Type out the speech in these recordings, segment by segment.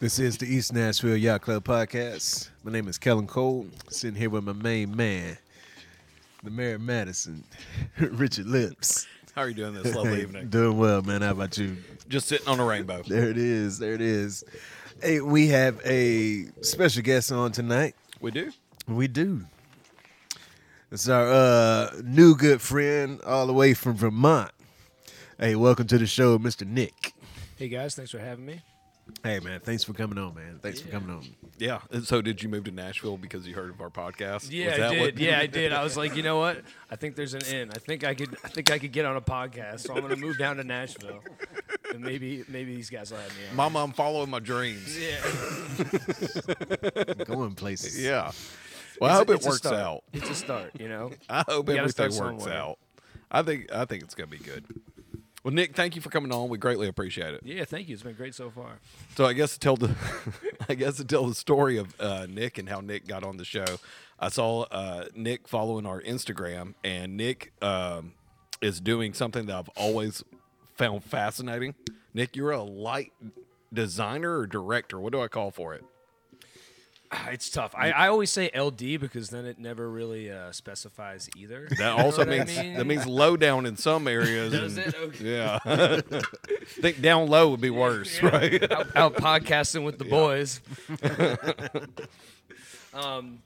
This is the East Nashville Yacht Club podcast. My name is Kellen Cole, sitting here with my main man, the Mayor of Madison, Richard Lips. How are you doing this lovely evening? Doing well, man. How about you? Just sitting on a rainbow. There it is. There it is. Hey, we have a special guest on tonight. We do. We do. It's our uh, new good friend, all the way from Vermont. Hey, welcome to the show, Mr. Nick. Hey guys, thanks for having me. Hey, man. Thanks for coming on, man. Thanks for coming on. Yeah. And so, did you move to Nashville because you heard of our podcast? Was Yeah, I that did. what- Yeah, I did. I was like, you know what? I think there's an in. I think I could. I think I could get on a podcast. So I'm gonna move down to Nashville, and maybe maybe these guys will have me on. Mama, I'm following my dreams. Yeah, Going places. Yeah. Well, I hope it It's a works start. out. It's a start, you know. I hope You gotta start everything works somewhere. out. I think I think it's gonna be good. Well, Nick, thank you for coming on. We greatly appreciate it. Yeah, thank you. It's been great so far. So I guess to tell the, I guess to tell the story of uh, Nick and how Nick got on the show. I saw uh, Nick following our Instagram, and Nick um, is doing something that I've always found fascinating. Nick, you're a light designer or director. What do I call for it? Ah, It's tough. I, I always say LD because then it never really uh, specifies either. That also what I means mean? that means low down in some areas. Does and- it? Okay. Yeah, I think down low would be worse, right? out, out podcasting with the boys. um,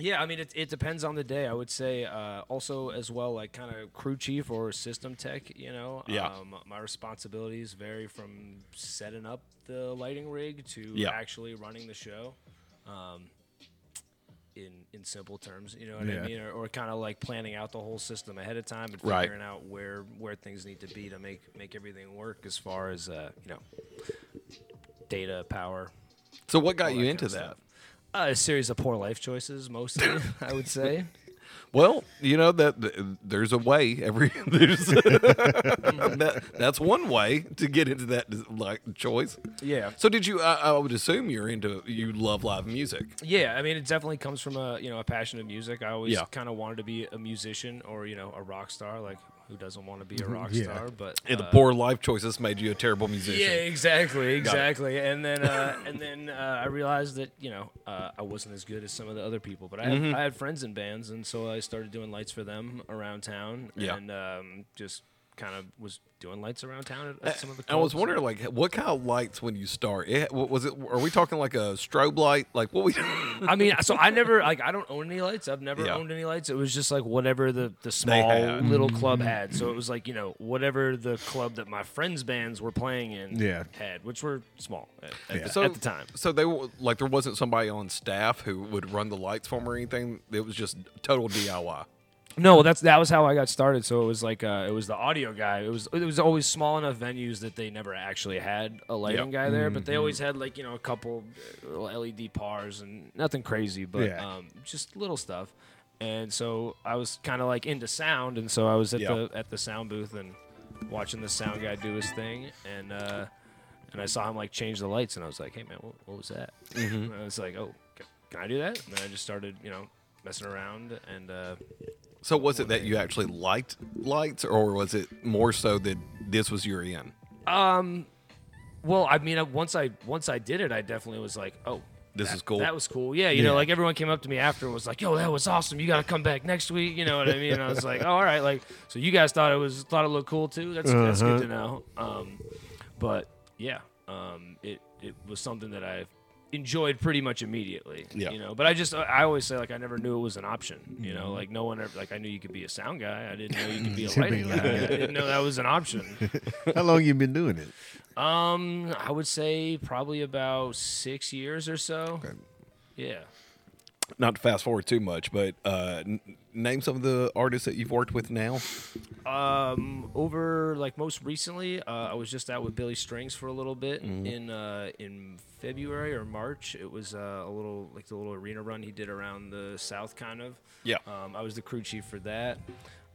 yeah, I mean, it, it depends on the day. I would say uh, also as well, like kind of crew chief or system tech. You know, Yeah. Um, my responsibilities vary from setting up the lighting rig to Yeah. actually running the show. Um, in in simple terms, you know what Yeah. I mean, or, or kind of like planning out the whole system ahead of time and Right. figuring out where where things need to be to make make everything work as far as uh, you know data, power. So, what got all you that into kinda that? stuff. Uh, a series of poor life choices, mostly, I would say. Well, you know that th- there's a way. Every there's that, that's one way to get into that like choice. Yeah. So did you? I, I would assume you're into you love live music. Yeah, I mean, it definitely comes from a you know a passion of music. I always Yeah. kind of wanted to be a musician or you know a rock star. Like, who doesn't want to be a rock Yeah. star? But And the uh, poor life choices made you Mm-hmm. a terrible musician. Yeah, exactly, exactly. And then uh, and then uh, I realized that you know uh, I wasn't as good as some of the other people, but I Mm-hmm. had, I had friends in bands, and so I started doing lights for them around town, Yeah. and um, just kind of was doing lights around town at, at some of the. Eh, I was clubs. wondering, like, what kind of lights when you start? It, what was it? Are we talking like a strobe light? Like what we? I mean, so I never like I don't own any lights. I've never Yeah. owned any lights. It was just like whatever the the small had. little club had. So it was like you know whatever the club that my friends' bands were playing in Yeah. had, which were small at, at the- So- at the time. So they were like there wasn't somebody on staff who would run the lights for 'em or anything. It was just total DIY. No, well, that's that was how I got started. So it was like uh, it was the audio guy. It was it was always small enough venues that they never actually had a lighting guy there, but they always had like you know a couple uh, LED pars and nothing crazy, but Yeah. um, just little stuff. And so I was kind of like into sound, and so I was at Yeah. the at the sound booth and watching the sound guy do his thing, and uh, and I saw him like change the lights, and I was like, hey man, what, what was that? And I was like, oh, c- can I do that? And then I just started you know messing around and. Uh, So was it that you actually liked lights, or was it more so that this was your end? Well, I mean, uh, once I once I did it, I definitely was like, oh. This that- is cool. That was cool. Yeah, you know, like everyone came up to me after and was like, "Yo, that was awesome. You got to come back next week." You know what I mean? And I was like, oh, "All right." Like, so you guys thought it was thought it looked cool too. That's that's good to know. Um, but yeah, um, it it was something that I enjoyed pretty much immediately. Yeah. You know, but I just I always say like I never knew it was an option. You know, like no one ever like I knew you could be a sound guy. I didn't know you Mm-hmm. could be a lighting guy. I didn't know that was an option. How long you been doing it? Um, I would say probably about six years or so. Yeah. Not to fast forward too much, but uh, n- name some of the artists that you've worked with now. Um, over like most recently, uh, I was just out with Billy Strings for a little bit Mm-hmm. in uh, in February or March. It was uh, a little like the little arena run he did around the South, kind of. Yeah. Um, I was the crew chief for that.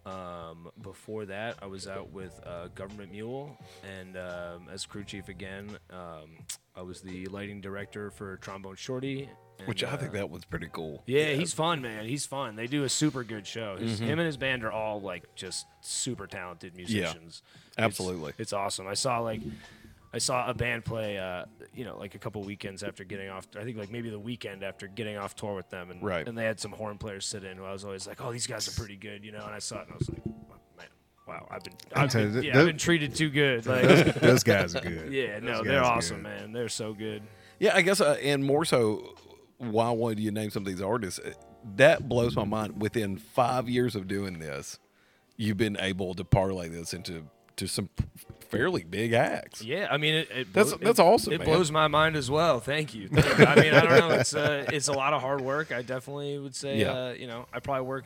Um, before that, I was out with uh, Government Mule and um, as crew chief again. Um, I was the lighting director for Trombone Shorty. and, Which I uh, think that was pretty cool. Yeah, he's fun, man. He's fun. They do a super good show. His, Mm-hmm. Him and his band are all like just super talented musicians. It's- absolutely. It's, awesome. I saw like I saw a band play, uh, you know, like a couple weekends after getting off. I think like maybe the weekend after getting off tour with them, and Right. and they had some horn players sit in. Who I was always like, oh, these guys are pretty good, you know. And I saw it and I was like, "Oh, man, wow, I've been, I've telling been, you, yeah, I've that- been treated too good. Like, Those guys are good. yeah, no, Those they're guys are awesome, good. man. They're so good. Yeah, I guess, uh, and more so, why would you name some of these artists? Uh, That blows my mind. Within five years of doing this, you've been able to parlay this into to some fairly big acts. Yeah, I mean, it, it That's- it- that's awesome, It man. blows my mind as well. Thank you. Thank you. I mean, I don't know. It's uh, it's a lot of hard work. I definitely would say, Yeah. uh, you know, I probably work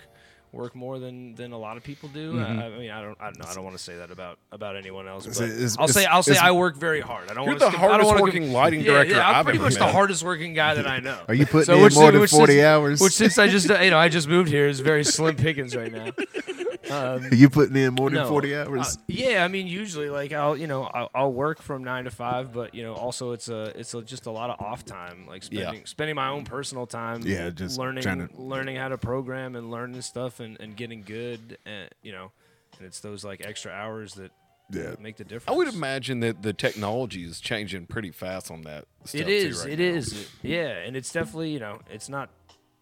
work more than than a lot of people do. Mm-hmm. I, I mean, I don't, I don't know. I don't want to say that about about anyone else. But it's- I'll say it's- I'll say it's- I work very hard. I don't. You're wanna the skip- I don't hardest wanna working lighting yeah, director Yeah, I'm I've pretty ever much the met. hardest working guy that I know. Are you putting in which- more than which 40 since- hours? Which since I just you know I just moved here is very slim pickings right now. Are you putting in more than No. 40 Uh, hours? yeah, I mean, usually like I'll you know I'll, I'll work from nine to five, but you know also it's a it's a, just a lot of off time, like Yeah. spending spending my own personal time. Yeah, just learning trying to- learning how to program and learning stuff and, and getting good and you know, and it's those like extra hours that Yeah. make the difference. I would imagine that the technology is changing pretty fast on that. Stuff It is. Too it right is. Yeah, and it's definitely you know it's not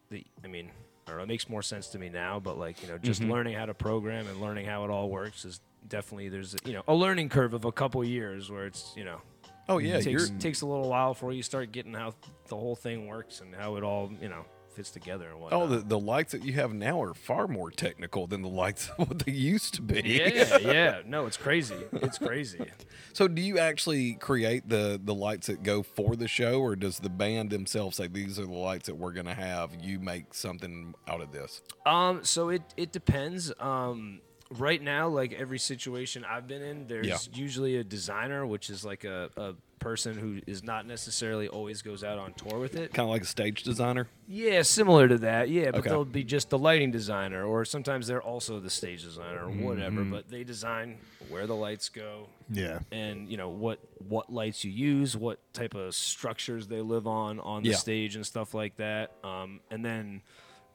the. I mean, I don't know. It makes more sense to me now, but like you know, just Mm-hmm. learning how to program and learning how it all works is definitely there's you know a learning curve of a couple years where it's you know now. Oh yeah, you're takes takes a little while before you start getting how the whole thing works and how it all you know fits together and whatnot. Oh, the, the lights that you have now are far more technical than the lights of what they used to be. yeah, yeah. No, it's crazy. It's crazy. So, do you actually create the the lights that go for the show, or does the band themselves say these are the lights that we're going to have? You make something out of this. Um, so it it depends. Um, right now, like every situation I've been in, there's Yeah. usually a designer, which is like a, a person who is not necessarily always goes out on tour with it. Kind of like a stage designer. Yeah, similar to that. Yeah, but Okay. they'll be just the lighting designer, or sometimes they're also the stage designer or Mm-hmm. whatever. But they design where the lights go, Yeah. and you know what what lights you use, what type of structures they live on on the Yeah. stage and stuff like that. Um, and then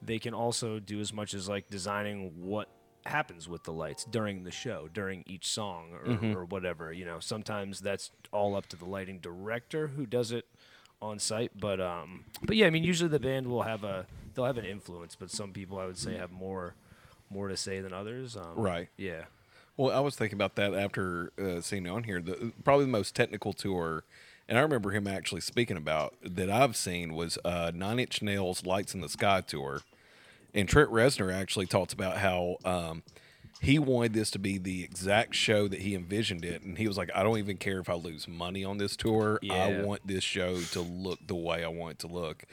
they can also do as much as like designing what happens with the lights during the show, during each song or, Mm-hmm. or whatever. You know, sometimes that's all up to the lighting director who does it on site. But um, but yeah, I mean, usually the band will have a they'll have an influence, but some people I would say have more more to say than others. Um, Right. Yeah. Well, I was thinking about that after uh, seeing you on here. The, probably the most technical tour, and I remember him actually speaking about that I've seen was uh, Nine Inch Nails' "Lights in the Sky" tour, and Trent Reznor actually talks about how um, he wanted this to be the exact show that he envisioned it, and he was like, "I don't even care if I lose money on this tour. I Yeah. want this show to look the way I want it to look."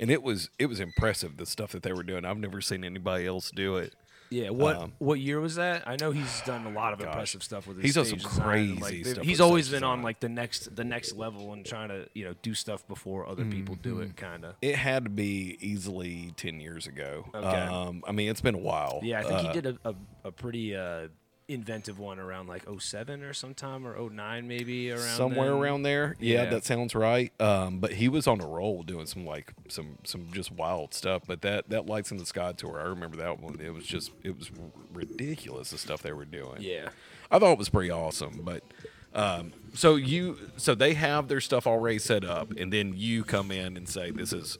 And it was it was impressive the stuff that they were doing. I've never seen anybody else do it. Yeah, what Um, what year was that? I know he's done a lot of impressive stuff with his. He's done stage some design and, crazy like, they've- stuff He's with always stage been on design. like the next the next level and trying to you know do stuff before other people do it, Mm-hmm. kind of. It had to be easily ten years ago. Okay. Um, I mean, it's been a while. Yeah, I think Uh, he did a, a, a pretty uh, inventive one around like 07 or sometime or 09 maybe around somewhere then. around there. Yeah, Yeah. that sounds right. Um, but he was on a roll doing some like some some just wild stuff. But that that lights in the sky tour, I remember that one. It was just it was ridiculous the stuff they were doing. Yeah. I thought it was pretty awesome. But um, so you so they have their stuff already set up, and then you come in and say this is.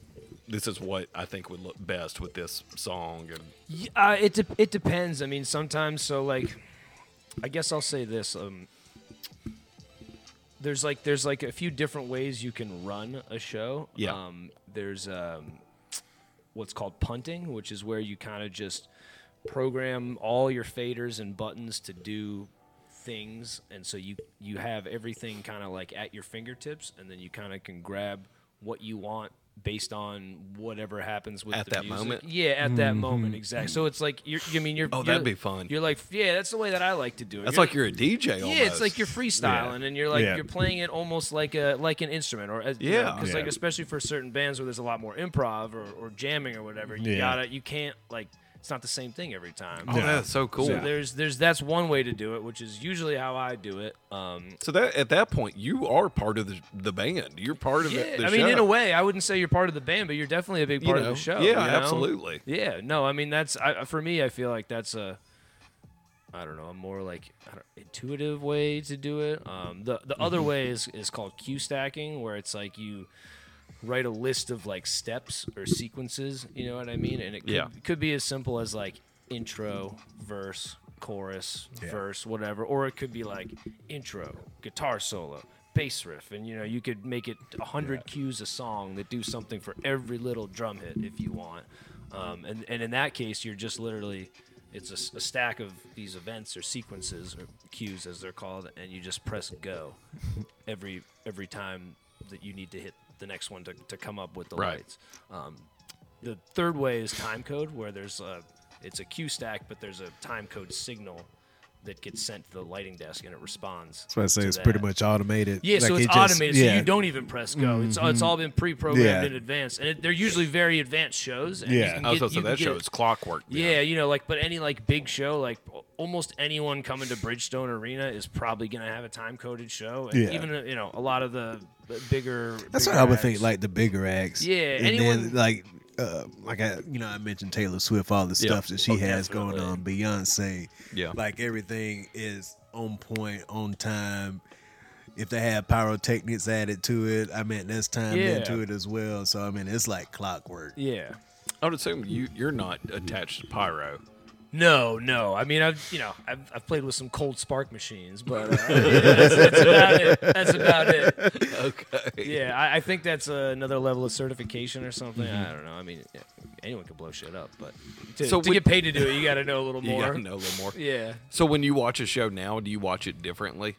This is what I think would look best with this song, and Y- Uh, it de- it depends. I mean, sometimes so like, I guess I'll say this. Um, there's like there's like a few different ways you can run a show. Yeah. Um, there's um, what's called punting, which is where you kind of just program all your faders and buttons to do things, and so you you have everything kind of like at your fingertips, and then you kind of can grab what you want based on whatever happens with At the that music. moment? Yeah, at that moment, exactly. So it's like you're. You mean you're. Oh, that'd you're- be fun. You're like, yeah, that's the way that I like to do it. That's like you're a DJ. Almost. Yeah, it's like you're freestyling, and you're like Yeah. you're playing it almost like a like an instrument, or as, Yeah. because like Yeah. especially for certain bands where there's a lot more improv or, or jamming or whatever, you Yeah. gotta you can't like it's not the same thing every time. Oh, that's so cool. So there's there's that's one way to do it, which is usually how I do it. Um, So that at that point, you are part of the, the band. You're part of yeah, it. The I mean, show. in a way, I wouldn't say you're part of the band, but you're definitely a big You part know, of the show. yeah, you know? absolutely. Yeah, no, I mean that's I, for me. I feel like that's a I don't know, a more like I don't- intuitive way to do it. Um, the the other way is is called queue stacking, where it's like you write a list of like steps or sequences. You know what I mean? And it could, Yeah. it could be as simple as like intro, verse, chorus, Yeah. verse, whatever, or it could be like intro, guitar solo. Bass riff, and you know you could make it a hundred cues a song that do something for every little drum hit if you want. Um, and and in that case, you're just literally it's a s- a, stack of these events or sequences or cues as they're called and you just press go every every time that you need to hit the next one to, to come up with the Right. lights um, the third way is time code where there's a it's a cue stack but there's a time code signal that gets sent to the lighting desk and it responds That's what I say. to It's pretty that. much automated. Yeah, so Like, it's it just- automated. yeah. Mm-hmm. So you don't even press go. It's it's all been pre-programmed Yeah. in advance, and it, they're usually very advanced shows. And you Yeah. can I was about to get- you say can Oh, that get show it- is clockwork. man. yeah, you know, like, but any like big show, like al- almost anyone coming to Bridgestone Arena is probably gonna have a time coded show, and Yeah. even uh, you know a lot of the b- bigger. That's bigger what I would acts. think. Like the bigger acts. Yeah, and anyone- then like. Uh, like I, you know, I mentioned Taylor Swift, all the Yeah. stuff that she Oh, has going on, definitely. Beyonce, Yeah. like everything is on point, on time. If they have pyrotechnics added to it, I mean that's timed Yeah. into it as well. So I mean it's like clockwork. Yeah. I would assume you you're not attached to pyro. No, no. I mean, I've you know, I've, I've played with some cold spark machines, but uh, yeah, that's, that's about it. That's about it. Okay. yeah, I, I think that's uh, another level of certification or something. I don't know. I mean, yeah, anyone can blow shit up, but to, So to would- get paid to do it, you got to know a little You more. gotta know a little more. Yeah. So when you watch a show now, do you watch it differently?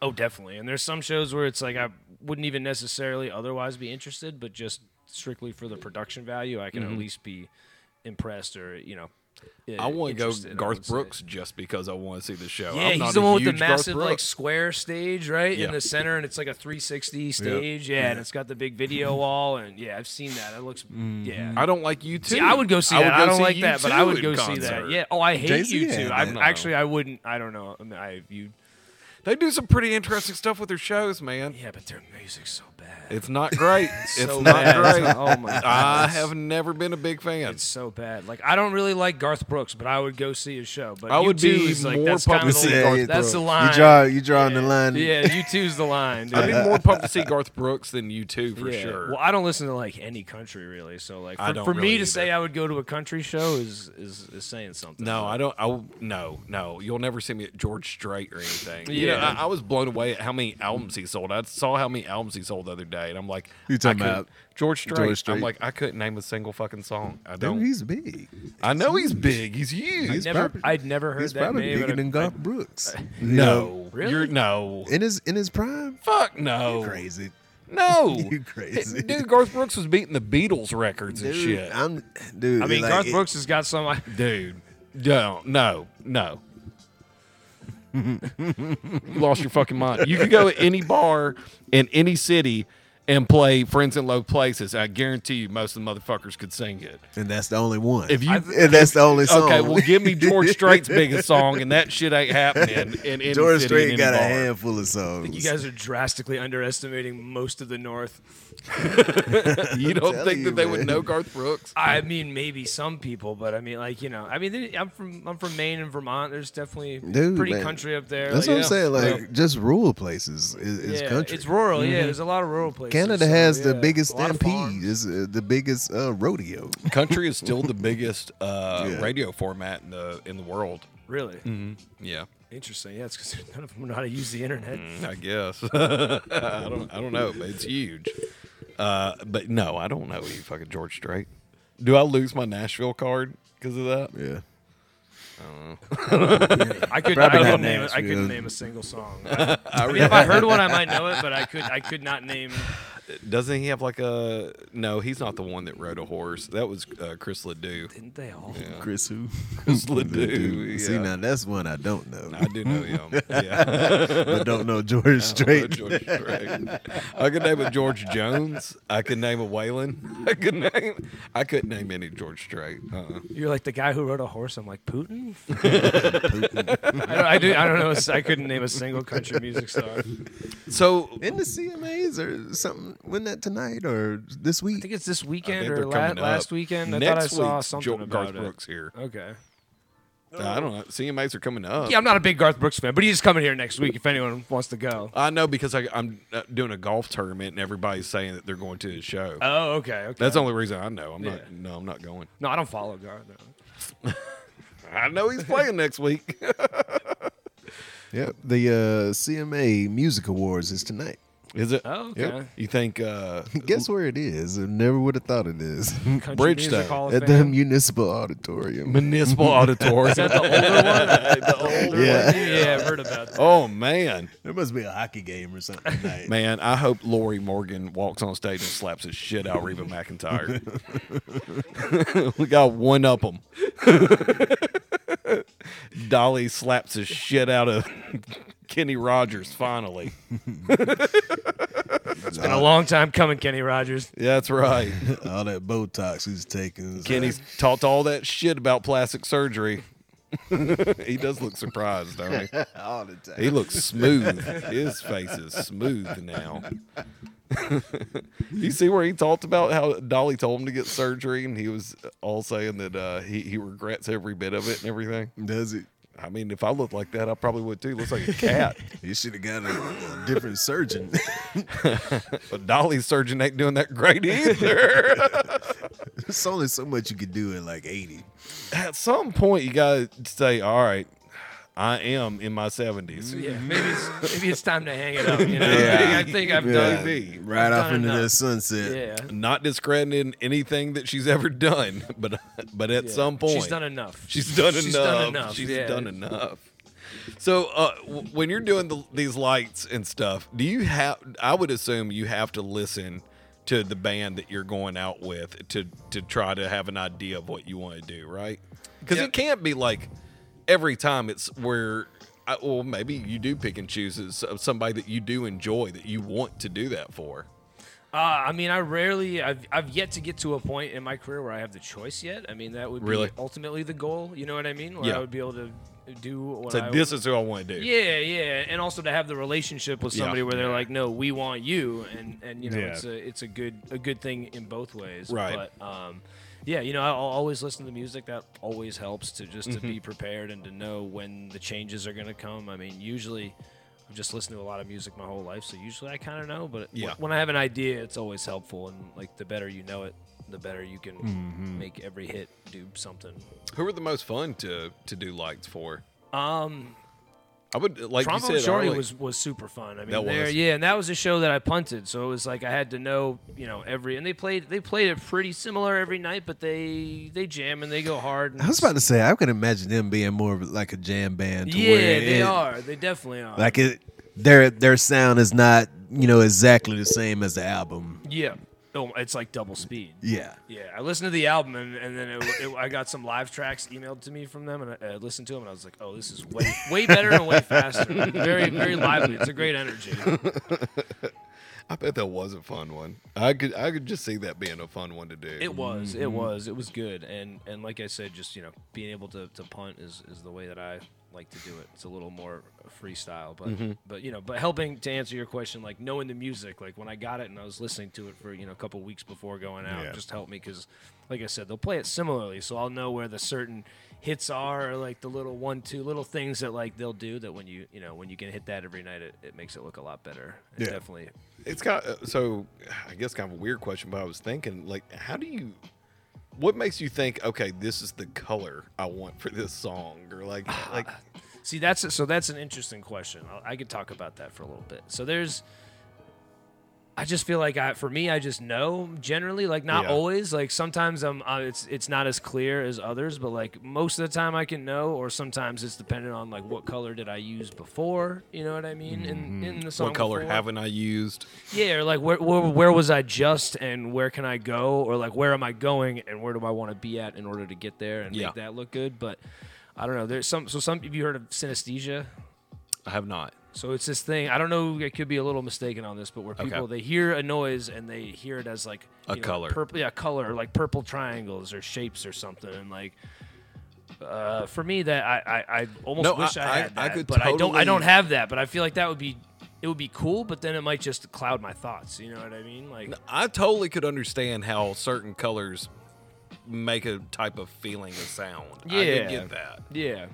Oh, definitely. And there's some shows where it's like I wouldn't even necessarily otherwise be interested, but just strictly for the production value, I can at least be impressed or you know. I want to go interested, I would Garth say. Brooks just because I want to see the show. Yeah, I'm not he's the a one with the huge Garth massive like Brooks. square stage, right? Yeah. In the center and it's like a 360 stage. Yeah, and it's got the big Mm-hmm. video wall and yeah, I've seen that. It looks yeah. I don't like you too. See, I would go see that. I go don't see like that, but I U2 would in go see concert. that. Yeah. Oh, I hate Jason, you yeah, too. I man. actually I wouldn't. I don't know. I mean, I you. They do some pretty interesting stuff with their shows, man. Yeah, but their music's so bad. It's not great. it's so not bad. It's great. not- oh my god. I it's- have never been a big fan. It's so bad. Like I don't really like Garth Brooks, but I would go see his show. But I would U2 be is like more that's kind pumped of to the, see Yeah, Garth you that's the throw- line. You draw, you drawing the line. Yeah, you two's the line. I'd dude. be more pumped to see Garth Brooks than you two for Yeah. sure. Well, I don't listen to like any country really, so like I for, don't for me really to either. say I would go to a country show is is, is saying something. No, I don't. I w- no, no. You'll never see me at George Strait or anything. You know, Yeah. I, I was blown away at how many albums he sold. I saw how many albums he sold the other day, and I'm like, Who you talking I couldn't- about? George Strait. George Strait. I'm like, I couldn't name a single fucking song. I Dude, don't. he's big. I know he's big. He's huge. He's never- probably- I'd never heard he's that probably name, bigger and I- than Garth uh, Brooks. no, Really? You're, no. in his in his prime, Fuck no. crazy. No. You crazy. Dude, Garth Brooks was beating the Beatles records and shit. I'm dude. I mean, like, Garth it- Brooks has got some. Dude, don't. No, no. you lost your fucking mind. You could go to any bar in any city and play Friends in Low Places. I guarantee you most of the motherfuckers could sing it. and that's the only one. If you- and that's the only song. Okay, well, give me George Strait's biggest song, and that shit ain't happening in any George city Strait in got any a bar. handful of songs. You guys are drastically underestimating most of the North. You don't telling think you, that they man. would know Garth Brooks? I mean, maybe some people, but I mean, like you know, I mean, they- I'm from I'm from Maine and Vermont. There's definitely Dude, pretty man. country up there. That's like, what yeah. I'm saying. Like Yeah. just rural places is, is yeah, country. Mm-hmm. It's rural. Yeah, there's a lot of rural places. Canada so, has the yeah, biggest a lot of stampede. farms. Is uh, the biggest uh, rodeo. Country is still the biggest uh, Yeah. radio format in the in the world. Really Mm-hmm. Yeah. interesting. Yeah, it's because none of them know how to use the internet. I guess. I don't. I don't know. But it's huge. Uh, but no, I don't know any fucking George Strait. Do I lose my Nashville card because of that? Yeah. I could Probably I could not name I Nashville. couldn't name a single song. I, mean, if I heard one, I might know it, but I could I could not name. Doesn't he have like a? No, he's not the one that rode a horse. That was uh, Chris Ledoux. Didn't they all? Chris who? Chris Ledoux. Dude, Yeah. See now that's one I don't know, I do know him. Yeah, but don't know George I, Strait. George Strait. I could name a George Jones. I could name a Waylon. I could name. I couldn't name any George Strait. Uh-uh. You're like the guy who rode a horse. I'm like Putin. I, don't, I do. I don't know. I couldn't name a single country music star. I So In the CMAs or something? Wasn't that tonight or this week? think it's this I think weekend they're or la- coming up. last weekend. I Next thought I saw week's something Jo- about Uh, Garth it. Brooks here. Okay. I don't know. CMAs are coming up. Yeah, I'm not a big Garth Brooks fan, but he's coming here next week if anyone wants to go. I know because I, I'm uh, doing a golf tournament and everybody's saying that they're going to his show. Oh, okay. okay. That's the only reason I know. I'm Yeah. not. No, I'm not going. no, I don't follow Garth. No. I know he's playing next week. Yep. The uh, CMA Music Awards is tonight. Is it? Oh, okay. You think? uh Guess where it is? I never would have thought it is. Country Music Bridgestone. Hall of At the Fame. Municipal Auditorium. Municipal auditorium. The older one. Yeah. yeah, I've heard about that. oh man, There must be a hockey game or something tonight. man! I hope Lori Morgan walks on stage and slaps the shit out of Reba McIntyre. we got one up them. Dolly slaps the shit out of Kenny Rogers. Finally, It's been a long time coming, Kenny Rogers. that's right. All that Botox he's taking. is- Kenny's talked all that shit about plastic surgery. he does look surprised, don't he? all the time. He looks smooth. His face is smooth now. you see where he talked about how Dolly told him to get surgery, and he was all saying that uh, he he regrets every bit of it and everything. Does it? I mean, if I looked like that, I probably would too. Looks like a cat. He should have got a, a different surgeon. but Dolly's surgeon ain't doing that great either. There's only so much you could do at like 80. At some point, you gotta say, "All right, I am in my 70s. Yeah, maybe it's, maybe it's time to hang it up. You know, Yeah. I, think, I think I've done. be. Right I've off done into the enough. sunset. Yeah, Not discrediting anything that she's ever done, but but at yeah. some point, she's done enough. She's done She's enough. done enough, She's yeah. done enough. So uh, w- when you're doing the, these lights and stuff, do you have? I would assume you have to listen to the band that you're going out with to to try to have an idea of what you want to do, right? Because Yeah. it can't be like every time it's where. I, well, maybe you do pick and choose as- of somebody that you do enjoy that you want to do that for. Uh, I mean, I rarely, I've, I've yet to get to a point in my career where I have the choice yet. I mean, that would Really? be ultimately the goal. You know what I mean? Where Yeah. I would be able to do what So I this is who I want to do. Yeah, yeah, and also to have the relationship with Yeah. somebody where they're like, "No, we want you," and and you know, Yeah. it's a it's a good a good thing in both ways. Right. But um, yeah, you know, I'll always listen to music. That always helps to just to Mm-hmm. be prepared and to know when the changes are going to come. I mean, usually. I've just listened to a lot of music my whole life, so usually I kind of know. But Yeah. when I have an idea, it's always helpful, and like the better you know it, the better you can Mm-hmm. make every hit do something. Who are the most fun to to do lights for? Um, I would like Trombone you said. Shorty earlier- was was super fun. I mean, That there, was. yeah, and that was a show that I punted, so it was like I had to know, you know, every and they played they played it pretty similar every night, but they they jam and they go hard. And I was about to say, I could imagine them being more of like a jam band. To yeah, where they it- are, they definitely are. Like it, their their sound is not you know exactly the same as the album. yeah, oh, it's like double speed. Yeah, Yeah, I listened to the album and, and then it, it, I got some live tracks emailed to me from them and I, I listened to them and I was like, oh, this is way way better and way faster. Very very lively. It's a great energy. I bet that was a fun one. I could I could just see that being a fun one to do. It was, it Mm-hmm. was, it was good, and and like I said, just you know, being able to, to punt is, is the way that I like to do it. It's a little more freestyle, but Mm-hmm. but you know, but helping to answer your question, like knowing the music, like when I got it and I was listening to it for you know a couple weeks before going out, Yeah. just helped me because, like I said, they'll play it similarly, so I'll know where the certain hits are, or like the little one two little things that like they'll do that when you you know when you can hit that every night, it, it makes it look a lot better. It Yeah. definitely It's got uh, so I guess kind of a weird question, but I was thinking like, how do you? What makes you think? Okay, this is the color I want for this song, or like like See, that's so that's an interesting question. I, I could talk about that for a little bit. So there's, I just feel like I, for me, I just know generally, like not Yeah. always, like sometimes I'm, uh, it's it's not as clear as others, but like most of the time I can know, or sometimes it's dependent on like what color did I use before, you know what I mean? In in the song, Mm-hmm. what color before. haven't I used? Yeah, or like where, where where was I just and where can I go or like where am I going and where do I want to be at in order to get there and Yeah. make that look good? But I don't know. There's some so some have you heard of synesthesia? I have not. So it's this thing. I don't know. I could be a little mistaken on this, but where Okay. people they hear a noise and they hear it as like A you know, color. purple, yeah, color, like purple triangles or shapes or something. And like, uh, for me, that I I, I almost No, wish I, I- I- had that, I could but I don't. I don't totally- have that. But I feel like that would be it would be cool, but then it might just cloud my thoughts. You know what I mean? Like, I totally could understand how certain colors make a type of feeling of sound. I Yeah. did get that. Yeah.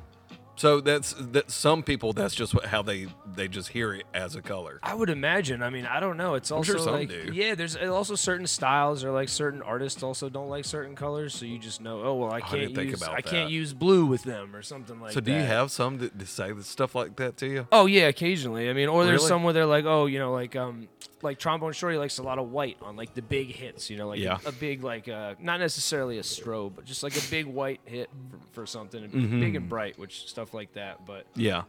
So that's that. Some people that's just what, how they they just hear it as a color. I would imagine. I mean, I don't know. It's also sure some like do. yeah, there's uh, also certain styles or like certain artists also don't like certain colors, so you just know. Oh well, I didn't can't think use about I can't that. use blue with them or something like. So do you that. have some that, that say this stuff like that to you? Oh yeah, occasionally. I mean, or there's Really? some where they're like, oh, you know, like um, like trombone shorty likes a lot of white on like the big hits. You know, like Yeah. a, a big like uh, not necessarily a strobe, but just like a big white hit for, for something Mm-hmm. big and bright, which stuff like that. But Yeah.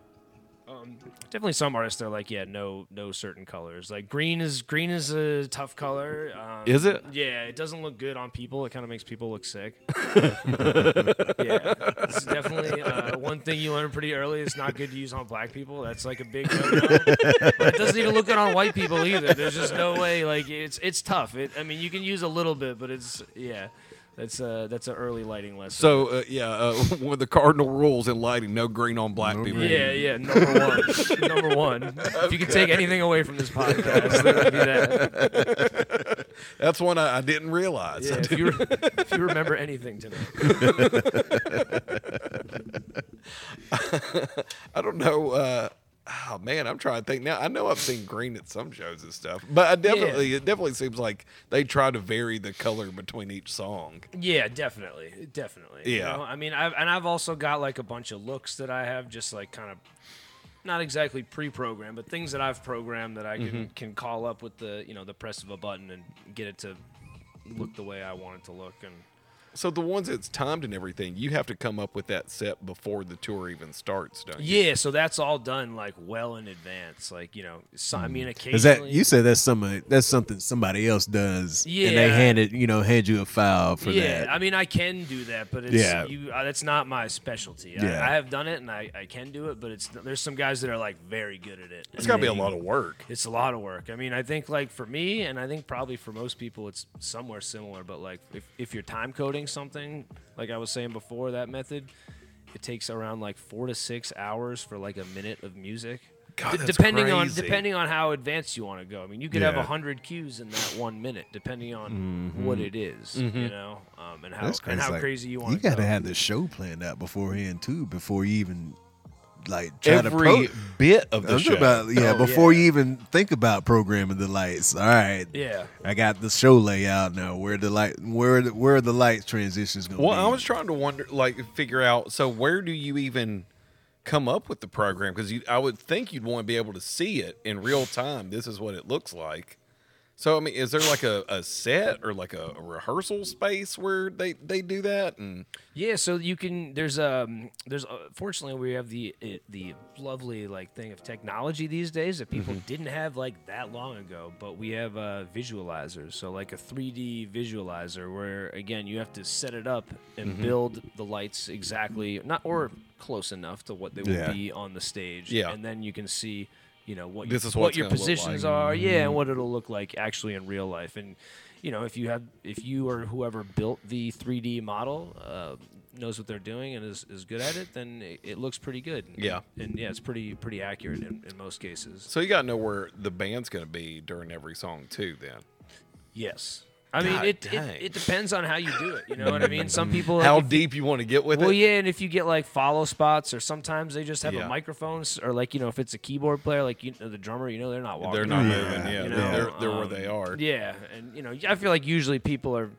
definitely some artists they're like, yeah, no, no certain colors. Like green is green is a tough color. Um, Is it? Yeah, it doesn't look good on people. It kind of makes people look sick. yeah, it's definitely uh, one thing you learn pretty early. It's not good to use on black people. That's like a big. no-no. But it doesn't even look good on white people either. There's just no way. Like it's it's tough. It, I mean, you can use a little bit, but it's yeah. That's a that's an early lighting lesson. So uh, yeah, uh, one of the cardinal rules in lighting: no green on black people. Yeah, yeah, number one. number one. If you could take anything away from this podcast, that would be that. That's one I, I didn't realize. Yeah, if, you re- if you remember anything tonight. I don't know. Uh, oh man, I'm trying to think now. I know I've seen green at some shows and stuff, but I definitely it definitely seems like they try to vary the color between each song. Yeah, definitely, definitely. you Yeah. know? I mean, I've and I've also got like a bunch of looks that I have, just like kind of, not exactly pre-programmed, but things that I've programmed that I can can call up with the you know the press of a button and get it to look the way I want it to look. And So the ones that's timed and everything, you have to come up with that set before the tour even starts, don't you? yeah, so that's all done like well in advance. Like you know, so, I mean, occasionally. Mm. Is that you said that's some that's something somebody else does, and Yeah. they hand it, you know, hand you a file for yeah, that. I mean, I can do that, but it's Yeah. you. Uh, that's not my specialty. I- Yeah. I, have done it, and I, I can do it, but it's there's some guys that are like very good at it. It's got to be a lot of work. It's a lot of work. I mean, I think like for me, and I think probably for most people, it's somewhere similar. But like if if you're time coding something, like I was saying before, that method, it takes around like four to six hours for like a minute of music. God, D- that's depending on crazy. depending on how advanced you want to go. I mean, you could have Yeah. a hundred cues in that one minute, depending on what it is, you know, um, and how Mm-hmm. That's and It's how like, crazy you want. You to got go. to have the show planned out beforehand too, before you even like try to pro- Every bit of the I'm show. talking about yeah, Oh, before yeah. you even think about programming the lights. All right, Yeah. I got the show layout now. Where the light, where the, where the light transitions going? Well, I was trying to wonder, like, figure out. So, where do you even come up with the program? Because I would think you'd want to be able to see it in real time. This is what it looks like. So, I mean, is there like a, a set or like a, a rehearsal space where they they do that? And Yeah, so you can. There's um. There's uh, fortunately we have the it, the lovely like thing of technology these days that people Mm-hmm. didn't have like that long ago. But we have uh, visualizers, so like a 3D visualizer where again you have to set it up and Mm-hmm. build the lights exactly not or close enough to what they will Yeah. be on the stage. Yeah. and then you can see. You know what This is what what it's your gonna look like. positions are, yeah, and what it'll look like actually in real life. And you know, if you have, if you or whoever built the 3D model uh, knows what they're doing and is, is good at it, then it, it looks pretty good. Yeah. and yeah, it's pretty pretty accurate in, in most cases. so, you got to know where the band's going to be during every song, too, then. Yes, I mean God it, it dang. it depends on how you do it. You know what I mean? Some people like, How if- deep you want to get with Well, it? yeah, and if you get like follow spots, or sometimes they just have Yeah. a microphone, s- or like you know, if it's a keyboard player, like you know, the drummer, you know, they're not walking. They're not Yeah, moving. Yeah, you they're, know, they're, they're where um, they are. Yeah, and you know, I feel like usually people are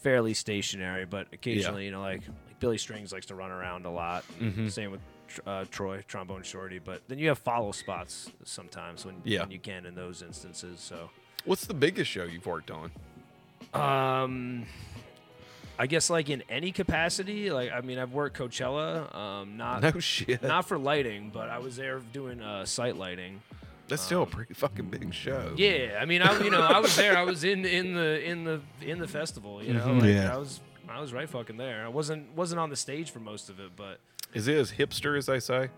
fairly stationary, but occasionally, you know, like, like Billy Strings likes to run around a lot. Mm-hmm. Same with Tr- uh, Troy Trombone Shorty, but then you have follow spots sometimes when, Yeah. when you can in those instances. So, What's the biggest show you've worked on? um, I guess like in any capacity, like I mean, I've worked Coachella, um, not No shit. not for lighting, but I was there doing uh, site lighting. That's still a pretty fucking big show. um, Yeah, I mean, I you know, I was there. I was in in the in the in the festival. You know, Mhm. like, Yeah. I was I was right fucking there. I wasn't wasn't on the stage for most of it, but Is it as hipster as they say?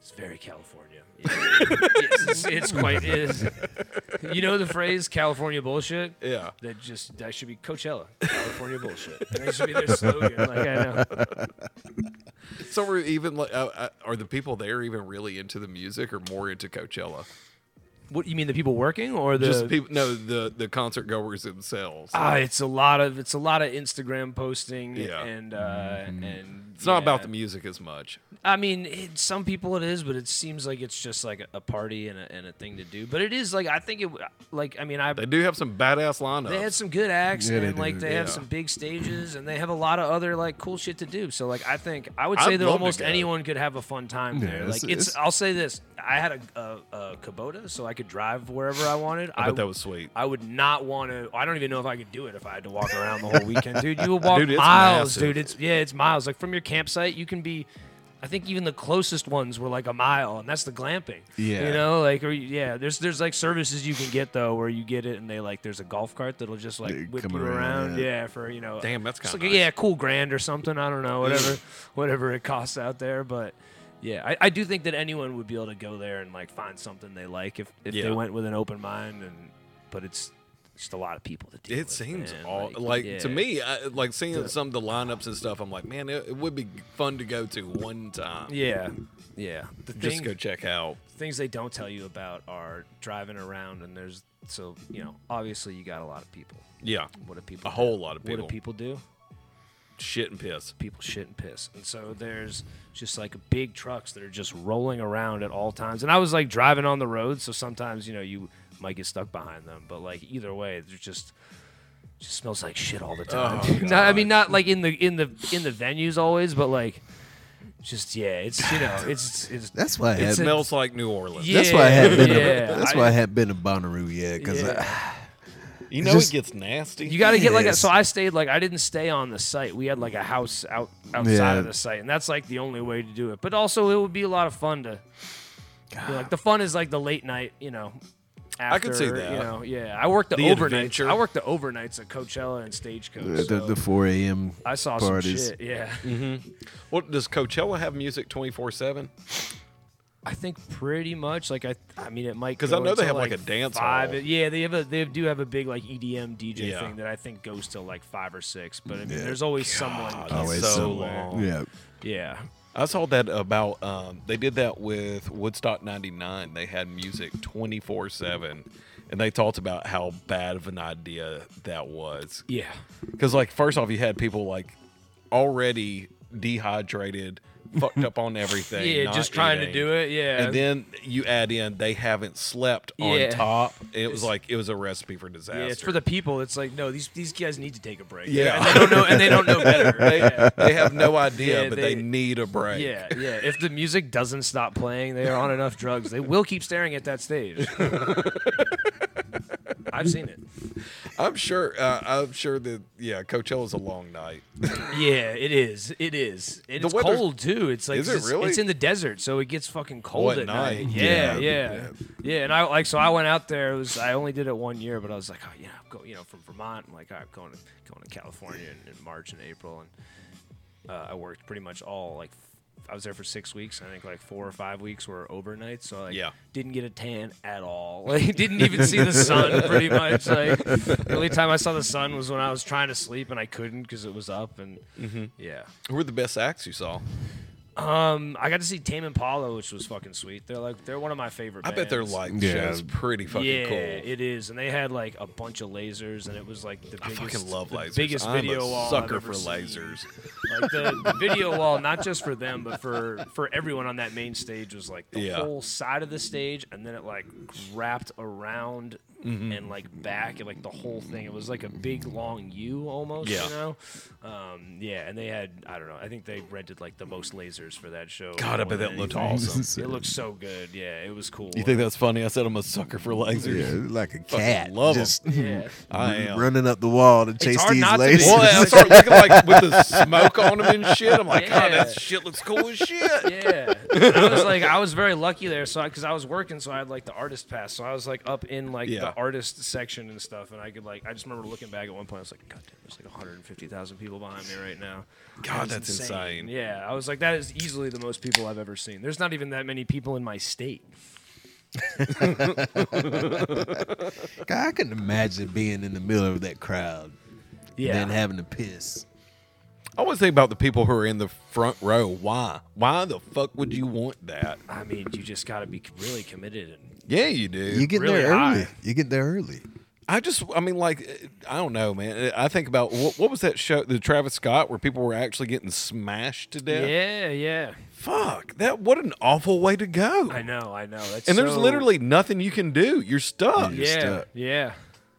it's very California. Yeah. yes, it's, it's quite it is. You know the phrase California bullshit. Yeah. That just that should be Coachella, California bullshit. And that should be their slogan. Like I know. So we're even like, uh, uh, are the people there even really into the music or more into Coachella? What you mean the people working or the Just people, no, the the concert goers themselves. Ah, it's a lot of it's a lot of Instagram posting Yeah. and uh, Mm-hmm. and it's not about the music as much. I mean, it, some people it is, but it seems like it's just like a party and a, and a thing to do. But it is like I think it w- like I mean I They do have some badass lineups. they had some good acts Yeah, they and like do, they have yeah. some big stages and they have a lot of other like cool shit to do. So like I think I would I'd say that love to almost go. anyone could have a fun time Yeah, there. it's- Like it's, it's- I'll say this: I had a, a, a Kubota, so I could drive wherever I wanted. I bet that was sweet. I would not want to. I don't even know if I could do it if I had to walk around the whole weekend, dude. You would walk Dude, it's miles, massive. dude. It's yeah, it's miles. Like from your campsite, you can be. I think even the closest ones were like a mile, and that's the glamping. Yeah. you know, like or yeah, there's there's like services you can get though, where you get it and they like there's a golf cart that'll just like They whip come you around, around, yeah. yeah. for you know. Damn, that's it's kinda like, nice. yeah, cool grand or something. I don't know, whatever, whatever it costs out there, but. Yeah, I, I do think that anyone would be able to go there and like find something they like if, if they Yeah. went with an open mind and but it's just a lot of people to deal It with. seems man. all like to yeah. me, I, like seeing some of the lineups and stuff. I'm like, man, it, it would be fun to go to one time. Yeah, yeah. The Just thing, go check out. things they don't tell you about are driving around and there's so you know obviously you got a lot of people. Yeah, What do people? a do? whole lot of What do people. people do? Shit and piss. People shit and piss, and so there's just like big trucks that are just rolling around at all times. And I was like driving on the road, so sometimes you know you might get stuck behind them, but like either way, there's just just smells like shit all the time. Oh, Not- I mean, not like in the in the in the venues always, but like just yeah, it's you know, it's it's That's why I It had. It's a- smells like New Orleans. Yeah. that's why I had been. yeah, a, that's I- why I had been a Bonnaroo. Yeah, because Yeah. You know Just- it gets nasty. you got to get like a, Yes. so I stayed like I didn't stay on the site. We had like a house out outside Yeah. of the site, and that's like the only way to do it. But also, it would be a lot of fun to you know, like the fun is like the late night, you know. After, could see that. You know, yeah, I worked the, The overnights. adventure. I worked the overnights at Coachella and Stagecoach. the, the, so the four a.m. I saw parties. some shit. Yeah, What does Coachella have music 24 seven? I think pretty much like I. I mean, it might 'Cause I go know they until, have, like, a dance five. hall. Yeah, they have a they do have a big like E EDM DJ Yeah. thing that I think goes till like five or six. But I mean, Yeah. there's always someone. Always Oh, so some- long. Yeah. Yeah. I saw that about um, they did that with Woodstock '99. They had music 24 seven, and they talked about how bad of an idea that was. Yeah. Because like first off, you had people like already dehydrated, fucked up on everything. Yeah, not just trying to eating. do it. Yeah. And then you add in they haven't slept Yeah. on top. It was like it was a recipe for disaster. yeah, it's for the people. It's like no, these these guys need to take a break. Yeah. and they don't know, and they don't know better. yeah. they have no idea, Yeah, but they, they- need a break. yeah, yeah. If the music doesn't stop playing, they are on enough drugs. They will keep staring at that stage. I've seen it. I'm sure. Uh, I'm sure that yeah, Coachella's a long night. Yeah, it is. It is. And The it's weather's- cold too. It's like Is it it's, really? it's in the desert, so it gets fucking cold at at night. night. Yeah, yeah, Yeah. yeah, And I like so I went out there. It was I only did it one year, but I was like, oh yeah, I'm go you know from Vermont. I'm like, all right, going to going to California in, in March and April, and uh, I worked pretty much all like. f- I was there for six weeks. and I think like four or five weeks were overnight, so like Yeah. didn't get a tan at all. Like didn't even see the sun pretty much. Like the only time I saw the sun was when I was trying to sleep and I couldn't because it was up. And Mm-hmm. yeah, Who were the best acts you saw? um, I got to see Tame Impala, which was fucking sweet. They're like they're one of my favorite. I bet their bands. light Yeah. show's pretty fucking yeah, cool. it is, and they had like a bunch of lasers, and it was like the I biggest, fucking love the lasers. biggest I'm video a wall. I've sucker ever for seen. lasers. Like the, the video wall, not just for them, but for for everyone on that main stage was like the Yeah. whole side of the stage, and then it like wrapped around Mm-hmm. and like back, and like the whole thing. It was like a big long U almost, Yeah. you know? Um, yeah, and they had I don't know. I think they rented like the most lasers for that show. God, I bet that looked awesome. It looked so good. Yeah, it was cool. You think that's funny? I said I'm a sucker for lasers. Yeah, like a cat. love 'em. just Yeah. I am. running up the wall to chase hard these not to be. lasers. Well, I started looking like with the smoke on them and shit. I'm like, God, Yeah. that shit looks cool as shit. Yeah, I was like, I was very lucky there, so because I, was working, so I had like the artist pass, so I was like up in like Yeah. the artist section and stuff, and I could like, I just remember looking back at one point, I was like, God damn, there's like 150,000 people behind me right now. God, That's that's insane. Yeah, I was like, that is easily the most people I've ever seen. There's not even that many people in my state. God, I couldn't imagine being in the middle of that crowd Yeah, and having to piss. I always think about the people who are in the front row. Why? Why the fuck would you want that? I mean, you just got to be really committed. And Yeah, you do. You get really there early. high. You get there early. I just, I mean, like, I don't know, man. I think about what, what was that show, the Travis Scott, where people were actually getting smashed to death. yeah, yeah. Fuck that! What an awful way to go. I know, I know. That's and there's so- literally uh, nothing you can do. You're stuck. You're yeah, stuck. yeah.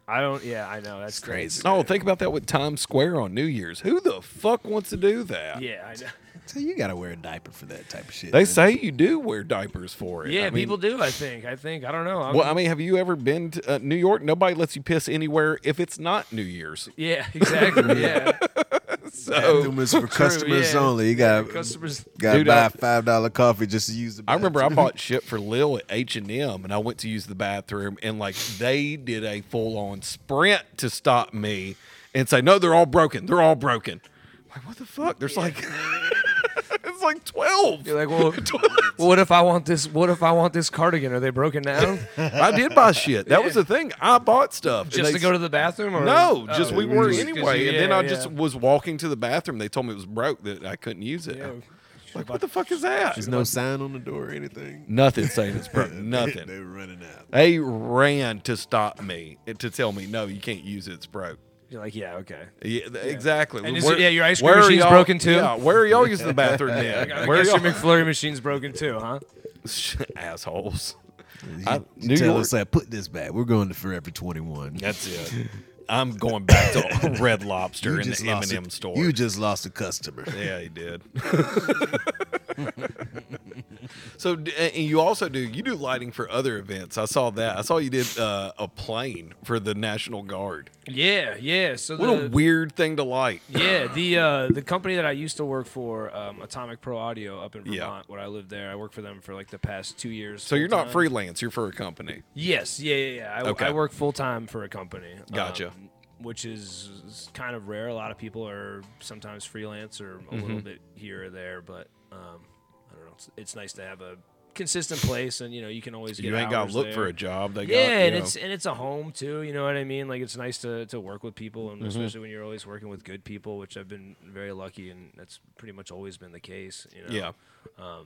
I don't. Yeah, I know. That's crazy. Oh, think about that with Times Square on New Year's. Who the fuck wants to do that? Yeah, I know. So you gotta wear a diaper for that type of shit. They man. say you do wear diapers for it. Yeah, I mean, people do. I think. I think. I don't know. I'm- Well, I mean, have you ever been to uh, New York? Nobody lets you piss anywhere if it's not New Year's. yeah, exactly. Yeah, So Bathroom is for customers oh, yeah. only. You got customers. got to Dude, buy I- five dollar coffee just to use the. I remember I bathroom. bought shit for Lil at H and M, and I went to use the bathroom, and like they did a full on sprint to stop me and say, "No, they're all broken. They're all broken." Like what the fuck? There's like it's like twelve. You're like, well, what if I want this? What if I want this cardigan? Are they broken down? I did buy shit. That was Yeah. the thing. I bought stuff and just they to go to the bathroom? Or No, Oh, just we were just 'cause anyway. you- and then yeah, I just yeah. was walking to the bathroom. They told me it was broke that I couldn't use it. Yeah. Like what the fuck is that? There's no sign on the door or anything. Nothing saying it's broke. they Nothing. were running out. They ran to stop me and to tell me no, you can't use it. It's broke. You're like, yeah, okay. Yeah, th- exactly. And is it- yeah, your ice cream machine's y'all- broken too? Yeah, where are y'all using the bathroom I then? guess Where are your y'all McFlurry machine's broken too, huh? assholes? You, I- you New tell York- us that. Put this back. We're going to Forever Twenty One. That's it. I'm going back to Red Lobster in the M lost and a- M store. You just lost a customer. Yeah, he did. so, d- and you also do you do lighting for other events? I saw that. I saw you did uh, a plane for the National Guard. Yeah, yeah. So What the- a weird thing to light. yeah, the uh, the company that I used to work for, um, Atomic Pro Audio, up in Vermont, Yeah. where I lived there, I worked for them for like the past two years. So you're full not time. freelance. You're for a company. Yes, yeah, yeah, yeah. I, Okay. I work full time for a company. Gotcha. um, which is kind of rare. A lot of people are sometimes freelance or a Mm-hmm. little bit here or there, but um, I don't know. It's, it's nice to have a consistent place, and you know you can always get You ain't got to hours look for there. a job. They Yeah, got, you and know. it's and it's a home too. You know what I mean? Like it's nice to, to work with people, Mm-hmm. and especially when you're always working with good people, which I've been very lucky, and that's pretty much always been the case. You know? um, yeah.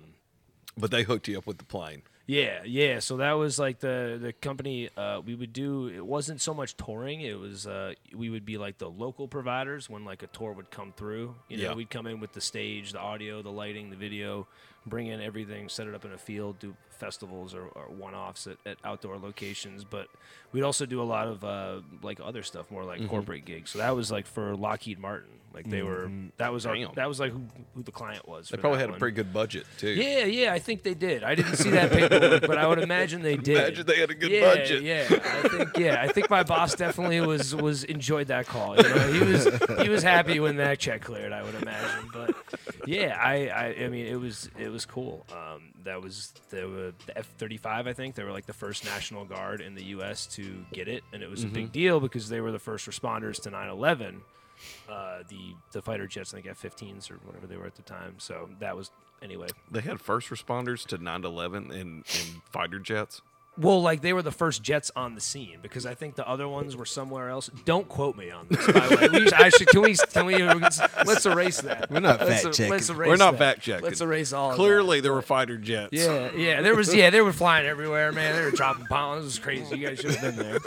but they hooked you up with the plane. Yeah, yeah. So that was like the the company uh, we would do. It wasn't so much touring. It was uh, we would be like the local providers when like a tour would come through. You know, Yeah. we'd come in with the stage, the audio, the lighting, the video, bring in everything, set it up in a field, do festivals or, or one offs at, at outdoor locations. But we'd also do a lot of uh, like other stuff, more Mm-hmm. like corporate gigs. So that was like for Lockheed Martin. Like they were that was our, Mm-hmm. Damn. that was like who, who the client was. They probably had a pretty good budget too. Yeah, yeah, I think they did. I didn't see that paperwork, but I would imagine they did. Imagine they had a good yeah, budget. Yeah, I think yeah, I think my boss definitely was was enjoyed that call. You know, he was he was happy when that check cleared. I would imagine, but yeah, I I, I mean it was it was cool. Um, that was they were the F thirty five. I think they were like the first National Guard in the U.S. to get it, and it was a big deal because they were the first responders to 9-11 uh, the the fighter jets, I think F-15s or whatever they were at the time. So that was anyway. They had first responders to 9/11 and, and fighter jets. Well, like they were the first Jets on the scene because I think the other ones were somewhere else. Don't quote me on this. By the way, we, I should, can we? Can we? Let's erase that. We're not let's, er, fact-checking. Let's erase We're not that. fact checking. Let's erase all. of that. Clearly, there were fighter jets. Yeah, yeah. There was yeah. They were flying everywhere, man. They were dropping bombs. It was crazy. You guys should have been there.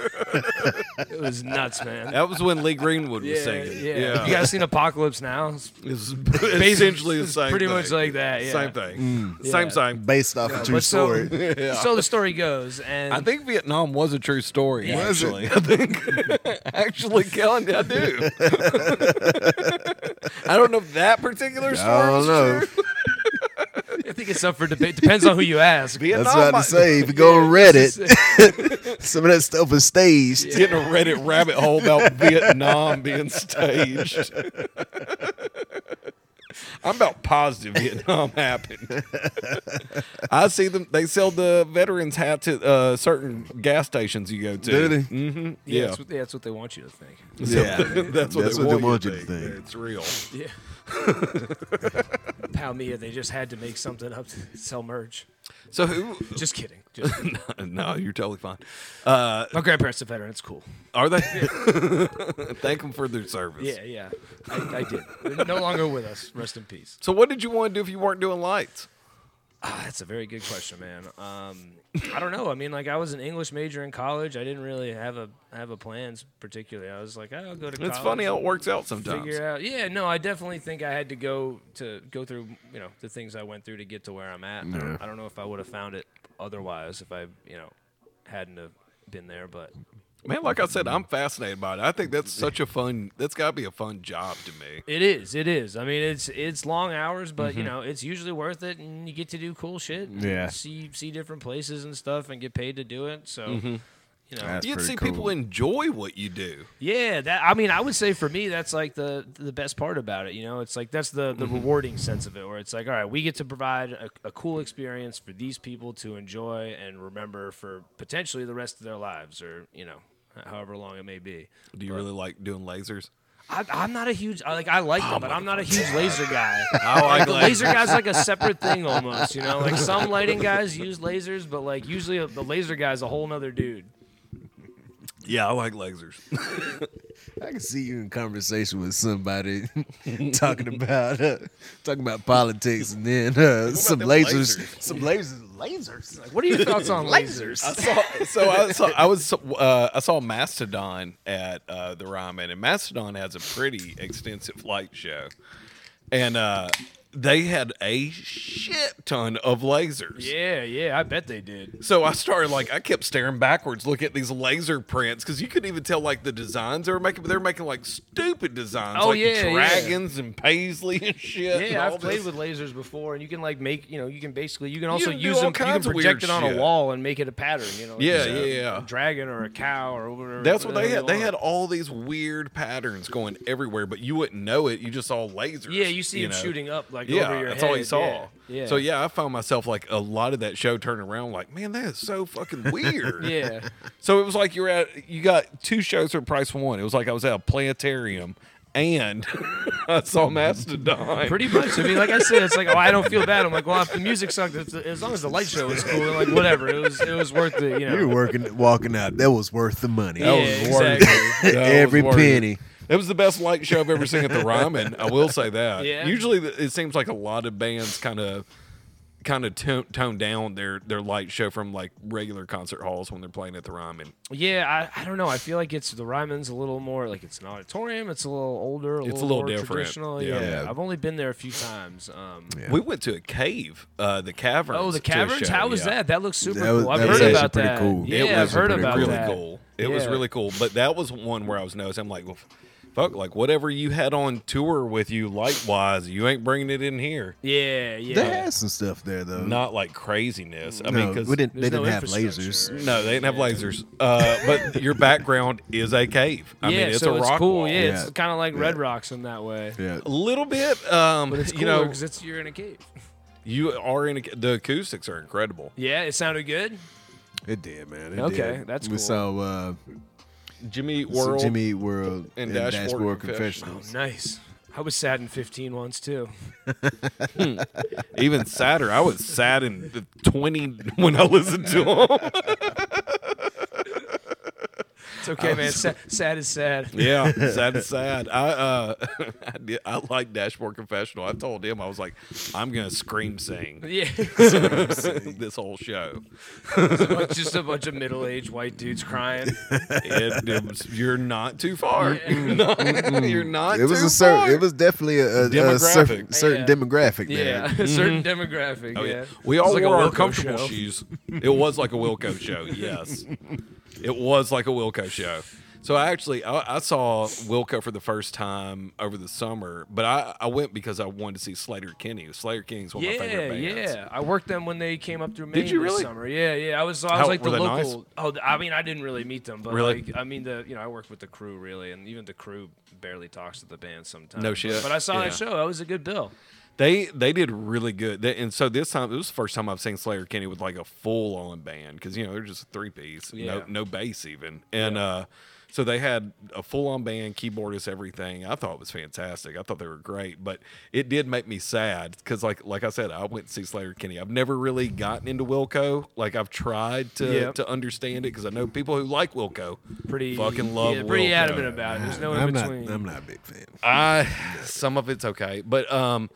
It was nuts, man. That was when Lee Greenwood was Yeah, singing. yeah. You guys seen Apocalypse Now? It's It's essentially the it's same pretty thing. much like that. Yeah. Same thing. Yeah. Same thing. Based off a true But so, story. so the story goes, and I think Vietnam was a true story. Was it? actually, I think actually, Kellen, I do. I don't know if that particular story. I don't is know. True. I think it's up for debate. Depends on who you ask. Vietnam That's what I might- to say. If you go on Reddit, some of that stuff is staged. Getting a Reddit rabbit hole about Vietnam being staged. I'm about positive Vietnam happened. I see them. They sell the veterans hats at uh, certain gas stations you go to. Do they? Mm-hmm. Yeah, Yeah, That's, what, yeah, that's what they want you to think. Yeah. that's what That's they, what they want, want you to think. It's real. Yeah. Palmia, they just had to make something up to sell merch. So who? Just kidding. Just, no, you're totally fine. Uh, my grandparents are veteran. It's cool. are they? Thank them for their service. Yeah, yeah. I, I did. They're no longer with us. Rest in peace. So what did you want to do if you weren't doing lights? Ah, that's a very good question, man. Um, I don't know. I mean, like I was an English major in college. I didn't really have a have a plans particularly. I was like, "Ah, I'll go to. It's college funny how and it works out sometimes. Figure out. Yeah, no, I definitely think I had to go to go through you know the things I went through to get to where I'm at. I, don't, I don't know if I would have found it otherwise if I you know hadn't have been there, but Man, like I said, I'm fascinated by it. I think that's such a fun. That's got to be a fun job to me. It is. It is. I mean, it's it's long hours, but you know, it's usually worth it, and you get to do cool shit. and Yeah. See see different places and stuff, and get paid to do it. So. You know, That's You'd pretty see cool. people enjoy what you do. yeah, that I mean, I would say for me, that's like the the best part about it. You know, it's like that's the Mm-hmm. the rewarding sense of it, where it's like, all right, we get to provide a, a cool experience for these people to enjoy and remember for potentially the rest of their lives, or you know, however long it may be. Do you really like doing lasers? I, I'm not a huge I like I like them, but I'm Oh not a huge laser guy. I like the lasers. laser guys like a separate thing almost, you know. Like some lighting guys use lasers, but like usually the laser guy's a whole nother dude. Yeah, I like lasers. I can see you in conversation with somebody talking about uh, talking about politics, and then uh, some them lasers, lasers? some lasers, lasers. Like, What are your thoughts on lasers? I saw, so I saw, I was uh, I saw Mastodon at uh, the Ryman, and Mastodon has a pretty extensive light show, and uh, they had a shit ton of lasers. Yeah, yeah, I bet they did. So I started like I kept staring backwards, looking at these laser prints because you couldn't even tell like the designs they were making. But they were making like stupid designs, Oh, like yeah, yeah. dragons and paisley and shit. and Yeah, all I've played this. with lasers before, and you can like make you know you can basically you can also can do use all them. You can kinds of project weird it on shit. a wall and make it a pattern. You know, like Yeah, it's a yeah, yeah. dragon or a cow or whatever. That's what they whatever had. you They had want. all these weird patterns going everywhere, but you wouldn't know it. You just saw lasers. Yeah, you see him know? shooting up like Yeah, over your that's head. all you saw. Yeah. yeah. So yeah, I found myself like a lot of that show turning around, like, man, that is so fucking weird. Yeah. So it was like you're at you got two shows for the price of one. It was like I was at a planetarium and I saw Mastodon. Pretty much. I mean, like I said, it's like, oh, I don't feel bad. I'm like, well, if the music sucked, if the, as long as the light show was cool, like whatever, it was it was worth the you know. You're working, walking out. That was worth the money. yeah, was worth it. exactly. That was Every worth it. penny. It was the best light show I've ever seen at the Ryman. I will say that. Yeah. Usually, th- it seems like a lot of bands kind of kind of tone, tone down their their light show from like regular concert halls when they're playing at the Ryman. yeah, I, I don't know. I feel like it's the Ryman's a little more like it's an auditorium. It's a little older. A It's a little little more different. Traditional. Yeah. Yeah. Yeah. I've only been there a few times. Um, Yeah. We went to a cave, uh, the caverns. Oh, the to a caverns! show, How was yeah. that? That looks super That was- cool. I've that heard was actually about pretty that. cool. Yeah, It I've was heard pretty about cool. really that. cool. It was Yeah. really cool. But that was one where I was noticing. I'm like, well, fuck, like whatever you had on tour with you, likewise, you ain't bringing it in here. Yeah, yeah. They had some stuff there though. Not like craziness. I mean, no, because we didn't. They There's no didn't have infrastructure. lasers. No, they didn't have lasers. Uh, but your background is a cave. I yeah, mean, it's so a it's rock cool. wall. Yeah, it's Yeah. kind of like Red Rocks in that way. Yeah. A little bit, um, But it's you know, because it's you're in a cave. you are in a, the acoustics are incredible. Yeah, it sounded good. It did, man. It Okay, did. that's we cool. saw uh, Jimmy Eat World, World, Jimmy Eat World and and, Dashboard Dashboard, Confessionals. Confessionals. Oh, nice. I was sad in 15 once too. even sadder. I was sad in the twenty when I listened to him. It's okay, man. Sad, sad is sad. yeah, sad, is sad. I uh, I, did, I like Dashboard Confessional. I told him I was like, I'm gonna scream sing Yeah, this whole show. It's just a bunch of middle-aged white dudes crying. It, it was, you're not too far. You're not, you're not It was too a certain. far. It was definitely a, a, a certain, Demographic. certain Yeah. demographic. There. Yeah, a certain demographic. Oh, yeah. yeah. We all It's like a wore our Wilco comfortable show. shoes. It was like a Wilco show. Yes, it was like a Wilco show. So I actually I, I saw Wilco for the first time over the summer, but I, I went because I wanted to see Slater Kenny. Slater Kenny's one of my Yeah, favorite bands. yeah. I worked them when they came up through Maine you this really? summer. Yeah, yeah. I was so I was How- like the were they nice? local. Oh, th- I mean, I didn't really meet them, but Really? like, I mean, the you know, I worked with the crew really, and even the crew barely talks to the band sometimes. No shit. But, I saw Yeah. that show. That was a good bill. They they did really good. They, and so this time it was the first time I've seen Slater Kenny with like a full on band because you know they're just a three piece, Yeah. no no bass even. And uh, So they had a full on band, keyboardist, everything. I thought it was fantastic. I thought they were great, but it did make me sad because, like, like I said, I went to see Slater Kenny. I've never really gotten into Wilco. Like, I've tried to Yep. to understand it because I know people who like Wilco. Pretty Fucking love yeah, pretty Wilco. adamant about it. There's no in I'm between. not. I'm not a big fan. I some of it's okay, but um,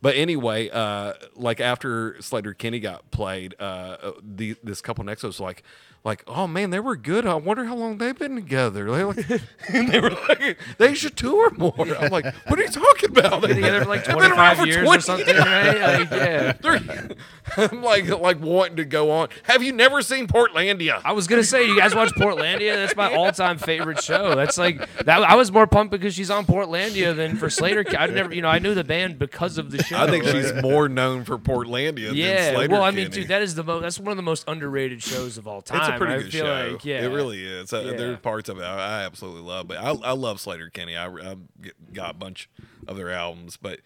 but anyway, uh, like after Slater Kenny got played, uh, uh, the this couple next to us like, like oh man, they were good. I wonder how long they've been together. They like, and they were like, they should tour more. I'm like, what are you talking about? Been together for like They've been around 25 for years 20 or something, right? Like, yeah. They're- I'm like like wanting to go on. Have you never seen Portlandia? I was gonna say, you guys watch Portlandia? That's my all-time favorite show. That's like that. I was more pumped because she's on Portlandia than for Slater. I never, you know, I knew the band because of the show. I think she's more known for Portlandia yeah. than Slater well, I mean, Kenny. dude, that is the most. That's one of the most underrated shows of all time. It's a pretty I good feel show. Like, yeah, It really is. Uh, There Yeah. are parts of it I, I absolutely love, but I, I love Slater Kenny. I, I get- got a bunch of their albums, but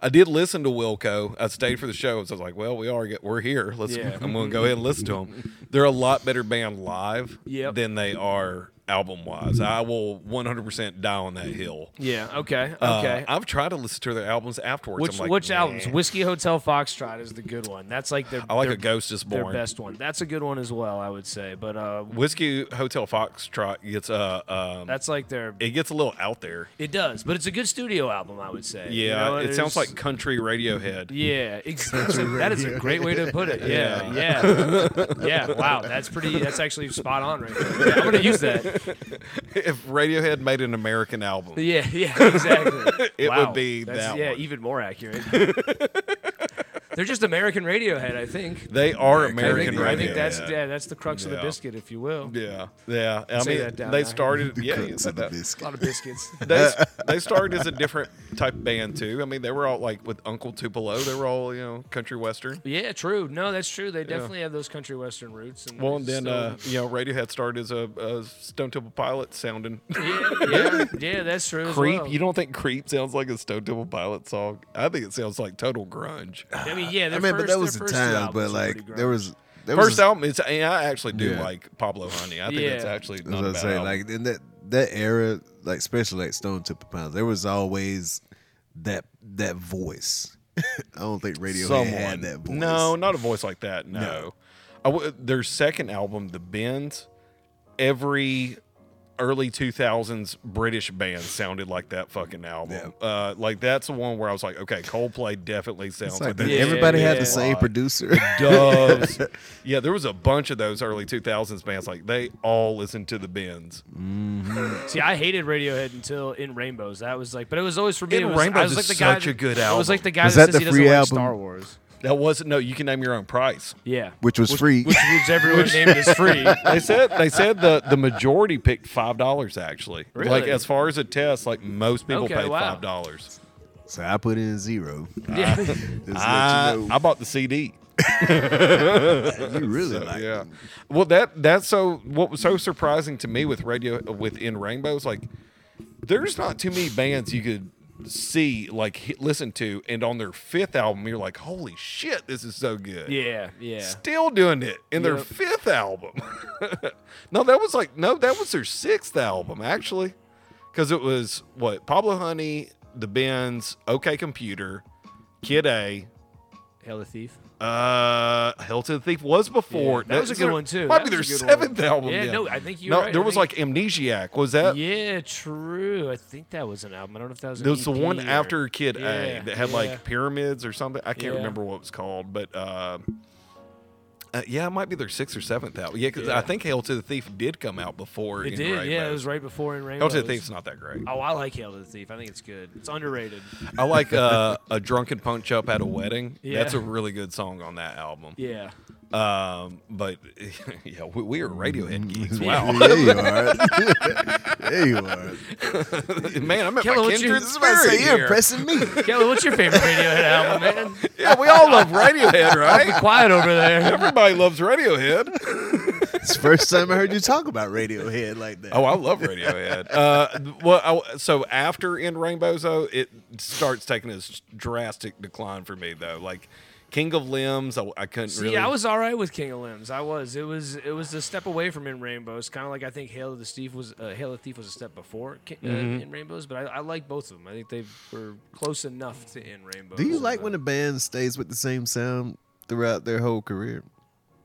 I did listen to Wilco. I stayed for the show, so I was like, "Well, we are get, we're here. Let's. Yeah. I'm going to go ahead and listen to them. They're a lot better band live Yep. than they are album wise. I will 100 percent die on that hill. Yeah. Okay. Uh, Okay. I've tried to listen to their albums afterwards. which I'm like, which "Nah." albums? Whiskey Hotel Foxtrot is the good one. That's like their. I like their, a Ghost is Their Born. best one. That's a good one as well. I would say, but uh, Whiskey Hotel Foxtrot gets uh um that's like their. it gets a little out there. It does, but it's a good studio album. I would say. You Yeah, know, it sounds there's- like country Radiohead. Yeah, exactly. that is a great way to put it. Yeah, Yeah. yeah, yeah. wow, that's pretty. That's actually spot on right there. Yeah, I'm gonna use that. if Radiohead made an American album, Yeah, yeah, exactly. It would Wow, be that's, that Yeah, one. even more accurate. They're just American Radiohead, I think. they are I American think, I think Radiohead. that's yeah, that's the crux of the Yeah. biscuit, if you will. yeah, yeah. I Say mean, that down they there. started. yeah, Couldn't you see said the that. A biscuit. lot of biscuits. They, they started as a different type of band too. I mean, they were all like with Uncle Tupelo. They were all you know country western. yeah, true. No, that's true. They definitely have those country western roots. And Well, and then still- uh, you know Radiohead started as a, a Stone Temple Pilot sounding. yeah, yeah, yeah, that's true. as Creep. well. You don't think Creep sounds like a Stone Temple Pilot song? I think it sounds like total grunge. I mean, yeah. I their mean, but that first- their was the first two time. albums But were pretty like, there grunge. was there was First album, it's and I actually do Yeah. like Pablo Honey. I think Yeah. it's actually As not I a was bad saying, album. like in that that era, like especially like Stone Temple Pilots, there was always that that voice. I don't think radio had that voice. No, not a voice like that. No. I w- their second album, The Bends, every early 2000s British band sounded like that fucking album. Uh, like that's the one where I was like, okay, Coldplay definitely sounds it's like, like that that. Yeah, everybody had yeah. the same producer. Doves. yeah, there was a bunch of those early 2000s bands. Like they all listened to The Bends. See, I hated Radiohead until In Rainbows. That was like, but it was always for me. In it was, Rainbows I was is like the guy such that- a good It was like album. the guy Was that that says he the doesn't free like album? Star Wars. That wasn't no. You can name your own price. Yeah, Which was free. which, which everyone named is free. they said they said the the majority picked five dollars actually. Like Really? as far as a test, like most people Okay, pay wow. five dollars. so I put in zero. Yeah, Just to I, let you I bought the CD. know, you really like it. Yeah. Well, that that's so what was so surprising to me with radio within rainbows like there's not too many bands you could see like hit, listen to and on their fifth album you're like holy shit this is so good yeah, yeah. still doing it in their Yep. fifth album. no, that was like no, that was their sixth album actually, because it was what Pablo Honey, The Bends, OK Computer, Kid A. Hell, the thief. Uh, Hell to the Thief was before. Yeah, that was a That's good their- one, too. Might That be their was a good one. seventh album. Yeah, Yeah, no, I think you're No, right. there I was like Amnesiac. Was that? Yeah, true. I think that was an album. I don't know if that was. An There was the EP one E or- after Kid Yeah, A that had yeah. like pyramids or something. I can't Yeah. remember what it was called, but uh, uh, yeah, it might be their sixth or seventh album. Yeah, because Yeah. I think Hail to the Thief did come out before. It In did, yeah. Rainbows. It was right before In Hail Rainbows. to the Thief's not that great. Oh, I like Hail to the Thief. I think it's good. It's underrated. I like uh, a drunken punch up at a wedding. Yeah. That's a really good song on that album. Yeah. Um, but yeah, we, we are Radiohead geeks. Mm-hmm. Wow, there you are. there you are. man, I'm at Killer, my what's your- kindred this That's why I spirit say you're here. impressing me. Kelly, what's your favorite Radiohead album, man? Yeah, we all love Radiohead, right? Quiet over there. Everybody loves Radiohead. It's the first time I heard you talk about Radiohead like that. Oh, I love Radiohead. uh, well, I, so after in Rainbows, though, it starts taking this drastic decline for me, though. Like King of Limbs. I, I couldn't See, really. I was all right with King of Limbs. I was. It was. It was a step away from In Rainbows. Kind of like I think Hail of the Thief was. Uh, Hail of the Thief was a step before Ki- uh, In Rainbows, but I, I like both of them. I think they were close enough to In Rainbows. Do you like when a band stays with the same sound throughout their whole career?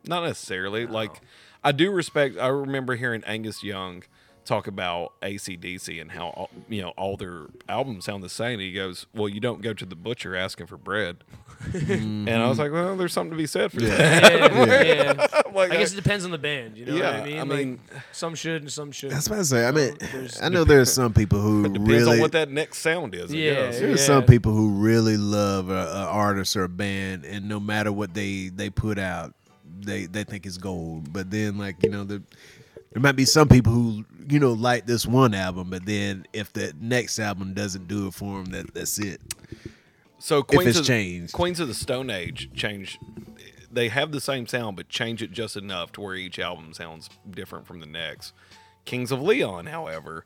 Not necessarily. Like, I do respect. I remember hearing Angus Young talk about ACDC and how all, you know all their albums sound the same. He goes, "Well, you don't go to the butcher asking for bread," and I was like, "Well, there's something to be said for that." Mm-hmm. Yeah, yeah. I'm like, I guess it depends on the band. You know what Yeah, I mean? I Like, mean- some should and some shouldn't. That's what I say. I mean, there's- I know there's some people who depends really on what that next sound is. I Yeah. guess. There's Yeah. some people who really love a, a artist or a band, and no matter what they they put out, they they think it's gold. But then, like you know, the, there might be some people who you know like this one album, but then if the next album doesn't do it for them, that that's it. So Queens it's of, changed. Queens of the Stone Age change. They have the same sound, but change it just enough to where each album sounds different from the next. Kings of Leon, however,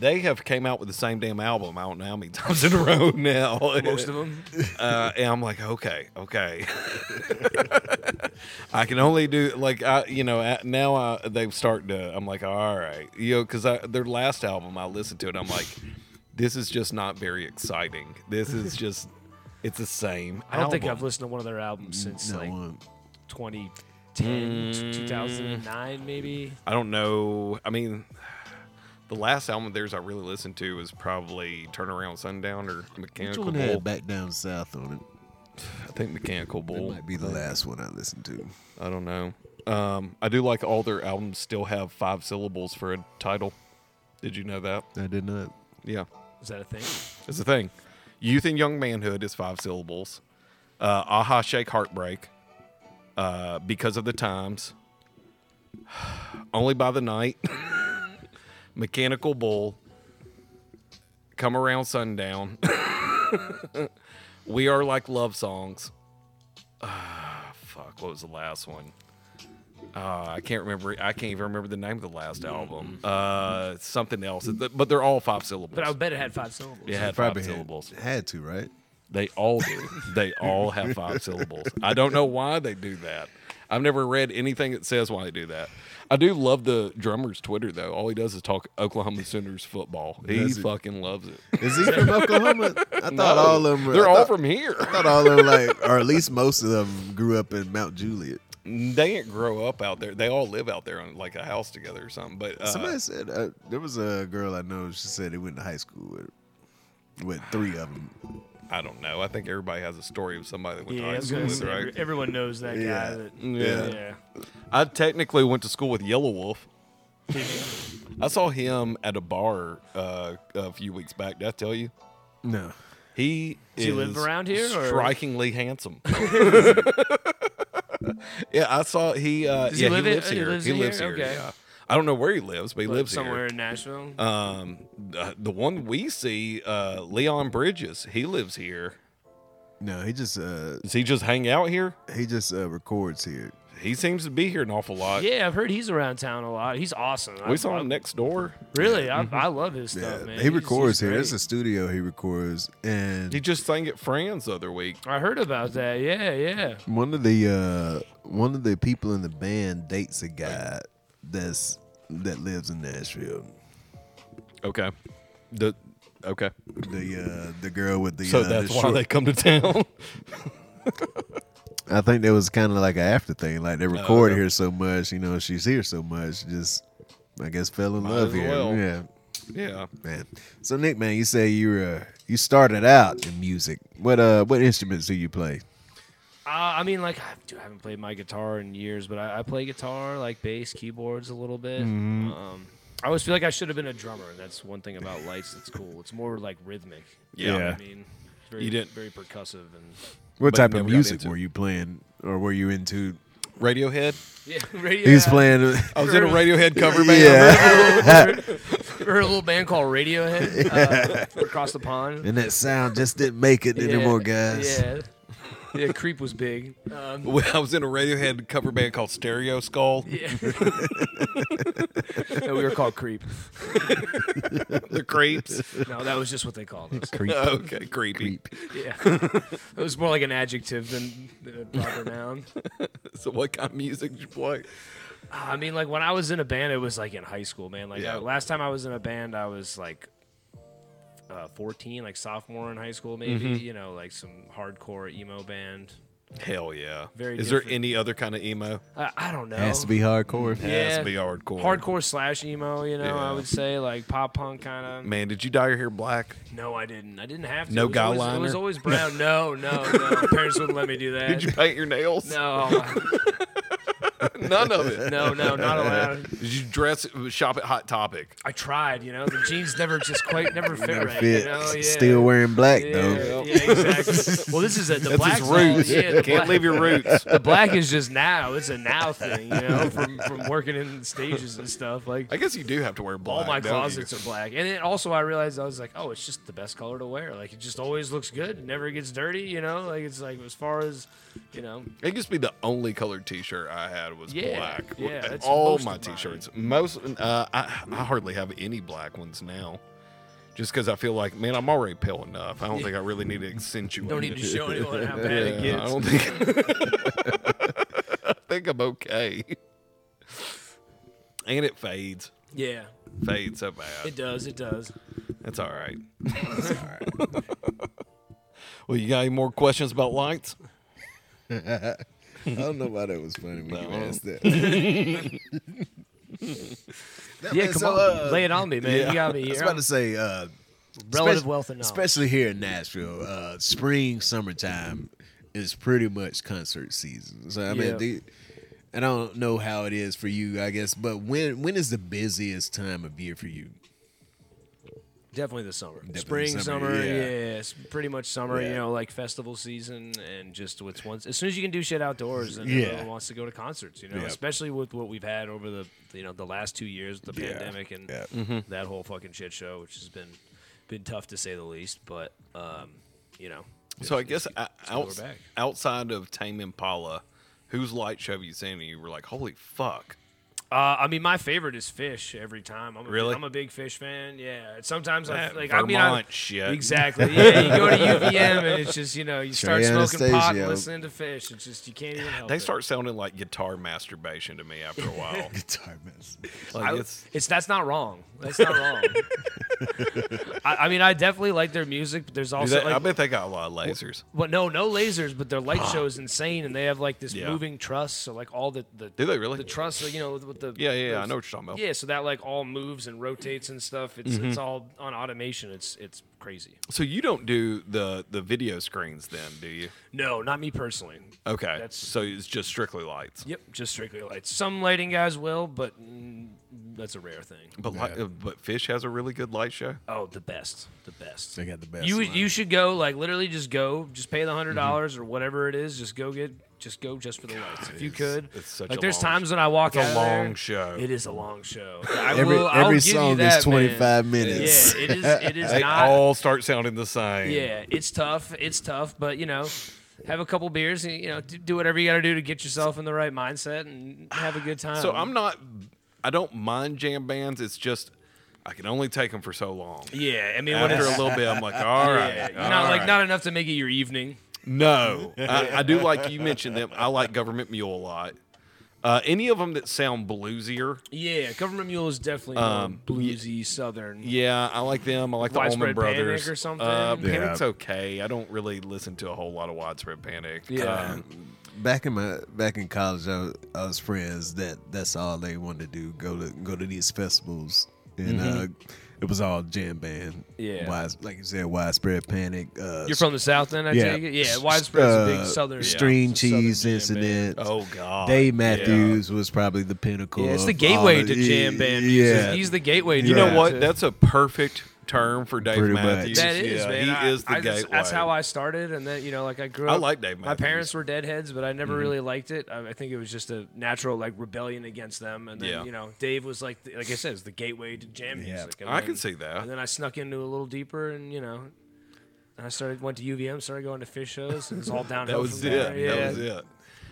they have came out with the same damn album. I don't know how many times in a row now. Most of them. Uh, and I'm like, okay, okay. I can only do like I, you know, at- now I, they've started to. I'm like, all right, you know, because their last album I listened to it. I'm like, this is just not very exciting. This is just, it's the same. I don't think album. I've listened to one of their albums since No like one. 2010, t- 2009, maybe. I don't know. I mean, the last album of theirs I really listened to was probably Turnaround Sundown or Which Mechanical one Bull. had back down south on it? I think Mechanical That Bull. might be the last one I listened to. I don't know. Um, I do like all their albums still have five syllables for a title. Did you know that? I did not. Yeah, Is that a thing? it's a thing. Youth and Young Manhood is five syllables. Uh, Aha Shake Heartbreak. Uh, because of the Times. Only by the Night. Mechanical Bull. Come Around Sundown. we Are Like Love Songs. Ah, fuck, what was the last one? Uh, I can't remember. I can't even remember the name of the last album. Uh, something else, but they're all five syllables. But I bet it had five syllables. It had Probably five had- syllables. Had to, right? They all do. they all have five syllables. I don't know why they do that. I've never read anything that says why they do that. I do love the drummer's Twitter though. All he does is talk Oklahoma Sooners football. He Does he? fucking loves it. Is he from Oklahoma? I thought all of them. Were, They're I all thought- from here. I thought all of them like, or at least most of them grew up in Mount Juliet. They didn't grow up out there. They all live out there on like a house together or something. But uh, Somebody said uh, there was a girl I know. She said they went to high school with, with three of them. I don't know. I think everybody has a story of somebody that went Oh, Yeah, I to high was school gonna with, say, right? everyone knows that Yeah. guy. That, Yeah. yeah. I technically went to school with Yellow Wolf. I saw him at a bar uh, a few weeks back. Did I tell you? No, He is Does he live around here, or- Strikingly handsome. yeah, I saw he. Uh, Does he yeah, live he in- lives he here. lives He in lives here. here? Okay. Yeah. I don't know where he lives, but he Live lives somewhere here. in Nashville. Uh, Um, the, the one we see, uh, Leon Bridges, he lives here. no, he just uh, Does he just hang out here? he just uh, records here. He seems to be here an awful lot. yeah, I've heard he's around town a lot. He's awesome. Oh, I- Mm-hmm. We saw I- him next door. Really, I, I love his Oh, stuff, Yeah, man. he He's- records he's here. great. It's a studio he records, and He just sang at Fran's the other week. I heard about that. Yeah, yeah. one of the uh, one of the people in the band dates a guy that's that lives in Nashville. Okay. The okay. The uh, the girl with the So uh, the that's why short- they come to town. I think that was kind of like an after thing. Like Oh, they record here so much, you know, she's here so much, just I guess fell in Might love as here. well. Yeah. yeah. man. So Nick, man, you say you were uh, you started out in music. What uh, what instruments do you play? Uh, I mean, like, I, dude, I haven't played my guitar in years, but I, I play guitar, like bass, keyboards a little bit. Mm-hmm. Um, I always feel like I should have been a drummer. That's one thing about lights that's cool. It's more like rhythmic. You know what Yeah. I mean, It's very, You didn't- very percussive and What But type never of got music into it. were you playing, or were you into? Radiohead. yeah. Radio, He's playing. I was in a Radiohead cover band. yeah, We're a little band called Radiohead uh, across the pond. and that sound just didn't make it Yeah, anymore, guys. Yeah. Yeah, Creep was big. Um, When I was in a Radiohead cover band called Stereo Skull. yeah. no, we were called Creep. The Creeps. No, that was just what they called us. okay, creepy. Yeah. it was more like an adjective than, than a proper noun. So what kind of music did you play? I mean, like when I was in a band, it was like in high school, man. Like Yeah. uh, last time I was in a band, I was like uh, 14, like sophomore in high school, maybe. Mm-hmm. You know, like some hardcore emo band. Hell yeah. Very Is there different. any other kind of emo? I, I don't know. Has to be hardcore. Yeah. Has to be hardcore. Hardcore slash emo, you know, Yeah. I would say like pop punk kind Man, did you dye your hair black? of. No, I didn't. I didn't have to. No it was always, It was guyliner? always brown. No, no, no. My parents wouldn't let me do that. Did you paint your nails? No, None of it. no, no, not allowed. Did you dress shop at Hot Topic? I tried, you know. The jeans never just quite never fit right. Fit. You know? Oh, yeah. Still wearing black Yeah, though. yeah, exactly. well, this is a, the black. Yeah, the Can't black- leave your roots. The black is just now. It's a now thing, you know, from from working in stages and stuff. Like I guess you do have to wear black. all my don't you? closets are black, and then also I realized I was like, oh, it's just the best color to wear. Like it just always looks good. It never gets dirty, you know. Like it's like as far as, you know, It used to be the only colored T-shirt I had was Yeah, black. yeah, And that's all most my of mine. T-shirts. Most uh, I, I hardly have any black ones now, just because I feel like, man, I'm already pale enough. I don't think I really need to accentuate. don't need it. to show anyone how Yeah, bad it gets. I don't think. I think I'm okay. And it fades, Yeah, fades so bad. it does. It does. That's all right. well, you got any more questions about lights? I don't know why that was funny when you No. asked that. Yeah, come on, lay it on me, man. yeah. You got me uh, I was here. about to say, uh, Relative spec- wealth and knowledge. especially here in Nashville, uh, spring, summertime is pretty much concert season. So I Yeah. mean, the, I don't know how it is for you, I guess, but when when is the busiest time of year for you? Definitely the summer. Definitely Spring, summer, summer, yeah. yeah. it's pretty much summer, you Yeah. know, like festival season and just what's once as soon as you can do shit outdoors and Yeah. everyone wants to go to concerts, you know, Yeah. especially with what we've had over the you know, the last two years with the Yeah. pandemic and Yeah. that whole fucking shit show, which has been been tough to say the least, but um, you know. So I guess o- what we're outs- back. outside of Tame Impala, whose light show have you seen? And you were like, holy fuck. Uh, I mean, my favorite is fish every time. I'm a, Really? I'm a big fish fan. Yeah. Sometimes I That like. I mean, I, Vermont shit. Exactly. Yeah. You go to UVM and it's just you know you start Trey smoking pot, and Anastasio. listening to fish. It's just you can't even help They it. start sounding like guitar masturbation to me after a while. Guitar mess. like I- it's, it's that's not wrong. That's not wrong. I, I mean, I definitely like their music, but there's dude, also that- I like bet they got a lot of lasers. Well, no, no lasers, but their light show is insane, and they have like this Yeah. moving truss. So like all the the Do they really? the truss, you know, with- with the yeah, yeah, yeah, I those- know what you're talking about. Yeah, so that like all moves and rotates and stuff. It's it's all on automation. It's it's crazy. So you don't do the the video screens then, do you? No, not me personally. Okay. That's- so it's just strictly lights. Yep, just strictly lights. Some lighting guys will, but mm, that's a rare thing. But light, uh, but Fish has a really good light show. Oh, the best, the best. They got the best. You line. you should go like literally just go just pay the hundred dollars or whatever it is just go get just go just for the lights if you could. it's such like a there's long- times when I walk it's a out of there- long show. It is a long show. I every will, I'll every give you song that, is 25 man. minutes. Yeah, it is. It is They not. all start sounding the same. yeah, it's tough. It's tough, but you know. Have a couple beers, and, you know, do do whatever you got to do to get yourself in the right mindset and have a good time. So I'm not. I don't mind jam bands. It's just I can only take them for so long. yeah. I mean, when After it's a little bit, I'm like, all right, yeah, you're all not like right. not enough to make it your evening. No, I, I do like you mentioned them. I like Government Mule a lot. Uh, any of them that sound bluesier, Yeah, government mule is definitely um, bluesy southern. yeah, I like them. I like the Allman Widespread Panic Brothers or something? Uh, Yeah. Panic's okay. I don't really listen to a whole lot of Widespread Panic. Yeah. Um, back in my back in college, I, was- I was friends that that's all they wanted to do go to go to these festivals, and uh, it was all jam band. Mm-hmm. Yeah. Wise, like you said, widespread panic. Uh, You're from the south, then I yeah, take it. Yeah, s- widespread's a uh, big southern String yeah, southern cheese jam band. incident. oh God, Dave Yeah. Matthews was probably the pinnacle. Yeah, it's of the gateway all of- to jam band music. Yeah, He's the gateway. To You Yeah. know what? That's a perfect term for Dave Pretty much. Matthews. that is Yeah, man. He I- is the I just- gateway. That's how I started, and then you know, like I grew I up. like Mm-hmm. Dave My Matthews. parents were deadheads, but I never really liked it. I, I think it was just a natural like rebellion against them. And then Yeah. you know, Dave was like, the, like I said, it's the gateway to jam Yeah. music. And I then- can see that. And then I snuck into a little deeper, and you know, And I started went to UVM, started going to fish shows, and it's all downhill. That was from it. there. Yeah. That was it.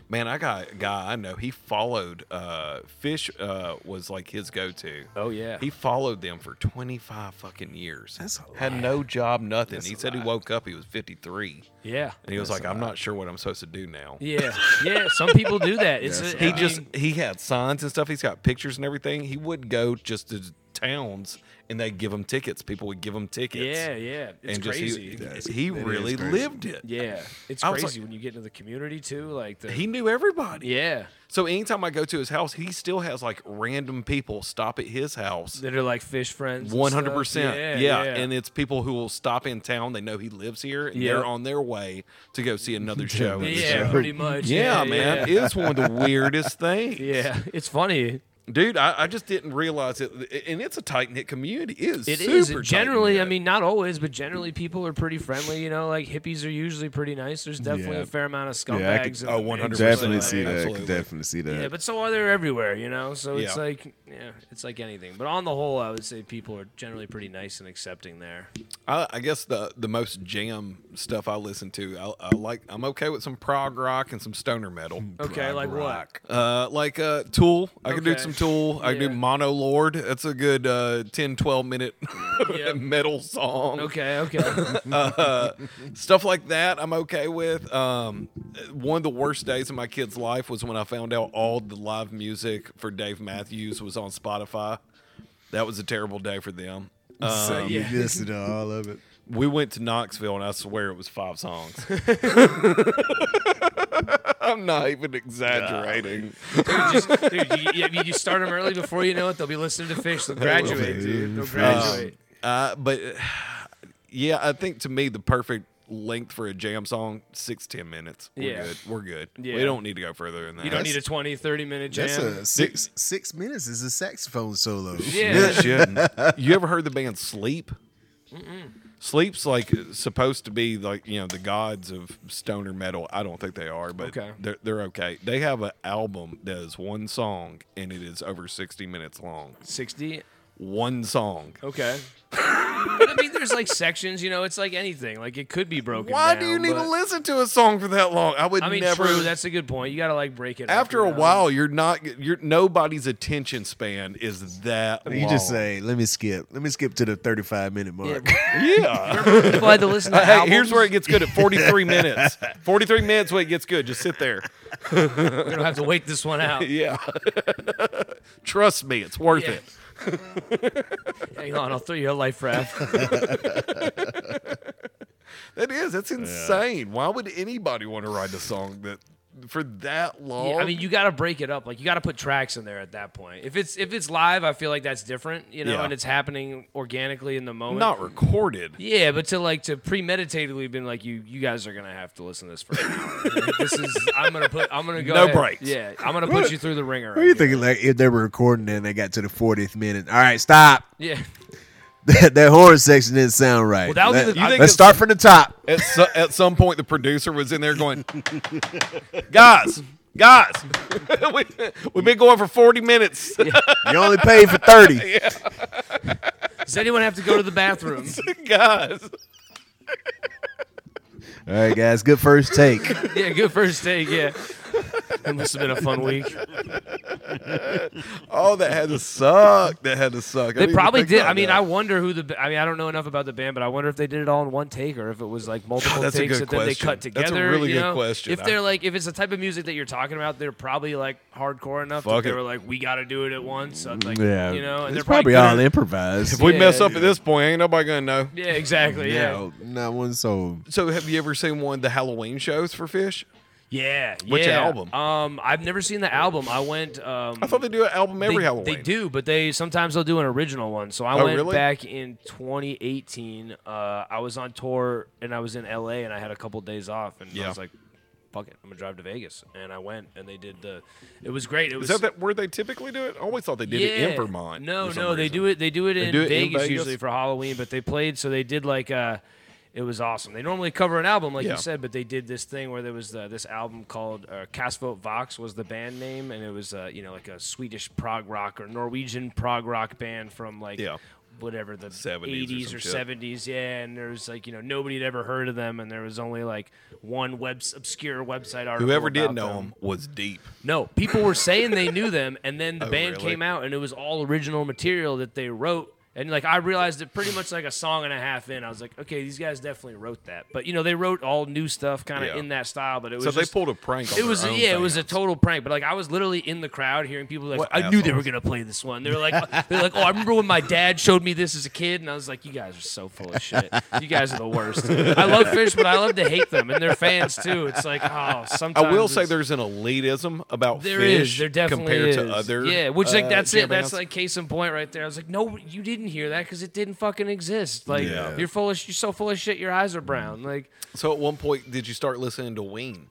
Man, I got a guy I know. He followed uh, Fish uh, was like his go-to. Oh yeah. He followed them for 25 fucking years. That's a Had no job, nothing. That's he a said he lot. woke up, he was 53. yeah. And he was like, I'm not sure what I'm supposed to do now. Yeah. Yeah. Some people do that. It's That's a, He I just, mean, he had signs and stuff. He's got pictures and everything. He would go just to towns and they'd give him tickets. People would give him tickets. yeah, yeah. It's and just crazy. That's- he, he that is really crazy. lived it. yeah. It's I was crazy like- when you get into the community too. Like the He knew everybody. yeah. So anytime I go to his house, he still has like random people stop at his house. That are like fish friends. and stuff. One hundred percent, Yeah, yeah. And it's people who will stop in town. They know he lives here, and Yeah. they're on their way to go see another show. in the yeah, show. pretty much. yeah, man. Yeah. It's one of the weirdest things, Yeah. It's funny. dude. I, I just didn't realize it, and it's a tight knit community. It is. It super is and generally. I tight-knit. mean, not always, but generally, people are pretty friendly. You know, like hippies are usually pretty nice. There's definitely Yeah. a fair amount of scumbags. Yeah, I could- in oh, the mix, 100%. Definitely like- see that. I Absolutely. could definitely see that. Yeah, but so are they everywhere, you know. So it's Yeah. like, yeah, it's like anything. But on the whole, I would say people are generally pretty nice and accepting there. I, I guess the the most jam stuff I listen to, I, I like. I'm okay with some prog rock and some stoner metal. Okay, like what? Uh, like uh, Tool. I can do Okay. some Tool. I can Yeah. do Mono Lord. That's a good uh, 10, 12 minute Yeah. metal song. Okay, okay. Uh, stuff like that, I'm okay with. Um, one of the worst days of my kid's life was when I found out all the live music for Dave Matthews was on Spotify. That was a terrible day for them. Uh, so Um, you yeah. listened to all of it. we went to Knoxville, and I swear it was five songs. I'm not even exaggerating. dude, just, dude you, you, you start them early before you know it, they'll be listening to Fish. Oh, They'll graduate, dude. They'll Fish. graduate. Uh, but yeah, I think to me the perfect length for a jam song six ten minutes. We're Yeah. good. We're good. Yeah. We don't need to go further than that. you don't need a 20, 30 minute jam. That's a six six minutes is a saxophone solo. yeah. Yeah, it shouldn't. you ever heard the band Sleep? Sleep's like supposed to be like you know the gods of stoner metal. I don't think they are, but Okay. they're they're okay. They have an album that is one song and it is over sixty minutes long. 60. One song. Okay. but I mean, there's like sections, you know, it's like anything. Like it could be broken. Why do you down, need but- to listen to a song for that long? I would I mean, never. true. That's a good point. You got to like break it up, after you a know? while, you're not. You're nobody's attention span is that. You just long. say, let me skip. Let me skip to the 35 minute Yeah, mark. yeah. people had to listen to Hey, albums. here's where it gets good at 43 minutes. 43 minutes when it gets good. Just sit there. we're gonna have to wait this one out. Yeah. Trust me, it's worth Yeah. it. Hang on, I'll throw you a life raft. That is. That's insane. Why would anybody want to write a song that for that long? Yeah, I mean, you got to break it up. Like you got to put tracks in there at that point. If it's if it's live, I feel like that's different, you know, Yeah. and it's happening organically in the moment. not recorded. yeah, but to like to premeditatively been like you you guys are gonna have to listen to this for an hour. Like, this is I'm gonna put I'm gonna go No ahead. breaks. Yeah, I'm gonna put you through the ringer. What are you thinking? Like if they were recording and they got to the 40th minute. All right, stop. Yeah, That, that horn section didn't sound right. that would be Let, the- You think us it's- start from the top. At, so, at some point, the producer was in there going, guys, guys, we, we've been going for 40 minutes. You only paid for 30. does anyone have to go to the bathroom? guys. All right, guys. Good first take. yeah, good first take. Yeah, it must have been a fun week. Oh, that had to suck. That had to suck. I They didn't probably even did. think I about mean, that. I wonder who the. I mean, I don't know enough about the band, but I wonder if they did it all in one take or if it was like multiple That's a takes good that then they cut question. That's a together. really you good know? question. If they're like, if it's the type of music that you're talking about, they're probably like hardcore enough that Fuck they it. were like, we got to do it at once. uh, Like, Yeah. you know, and it's they're probably, probably, all good improvised. If we Yeah, mess up yeah. at this point, ain't nobody gonna know. at- Yeah, exactly. Yeah, No, not one soul. So, have you ever seen one of the Halloween shows for Fish? yeah. Which yeah. album? Um, I've never seen the album. I went. Um, I thought they do an album every they, Halloween. they do, but they sometimes they'll do an original one. So I Oh, went really? back in 2018. Uh, I was on tour and I was in LA and I had a couple days off and I Yeah. was like, "Fuck it, I'm gonna drive to Vegas." And I went and they did the. It was great. It Is was that, that where they typically do it? I always thought they did it in Vermont. No, no, they do it. They do it in do it in Vegas Vegas? usually for Halloween, but they played. So they did like. Uh, it was awesome. They normally cover an album, like Yeah. you said, but they did this thing where there was uh, this album called uh, Cast Vote Vox was the band name, and it was uh, you know like a Swedish prog rock or Norwegian prog rock band from like Yeah. whatever the 70s or 80s some or, shit. 70s, yeah. And there was like you know nobody had ever heard of them, and there was only like one web obscure website article. Whoever did about know them was deep. no, people were saying they knew them, and then the Oh, band really? came out, and it was all original material that they wrote. And like I realized it pretty much like a song and a half in, I was like, okay, these guys definitely wrote that. But you know, they wrote all new stuff, kind of Yeah. in that style. But it was So they just- pulled a prank. On it was their own yeah, it was a fans. total prank. But like I was literally in the crowd hearing people like What I knew they were assholes. gonna play this one. They were like they're like, Oh, I remember when my dad showed me this as a kid and I was like, You guys are so full of shit. You guys are the worst. I love fish, but I love to hate them and their fans too. It's like oh sometimes I will say it's- there's an elitism about there fish is. There definitely compared is. to other. Yeah, which like uh, that's jam it. That's bands. like case in point right there. I was like, no, you didn't hear that because it didn't fucking exist. Like Yeah. Mm. you're full of sh- you're so full of shit. Your eyes are brown. Like So at one point, did you start listening to Ween?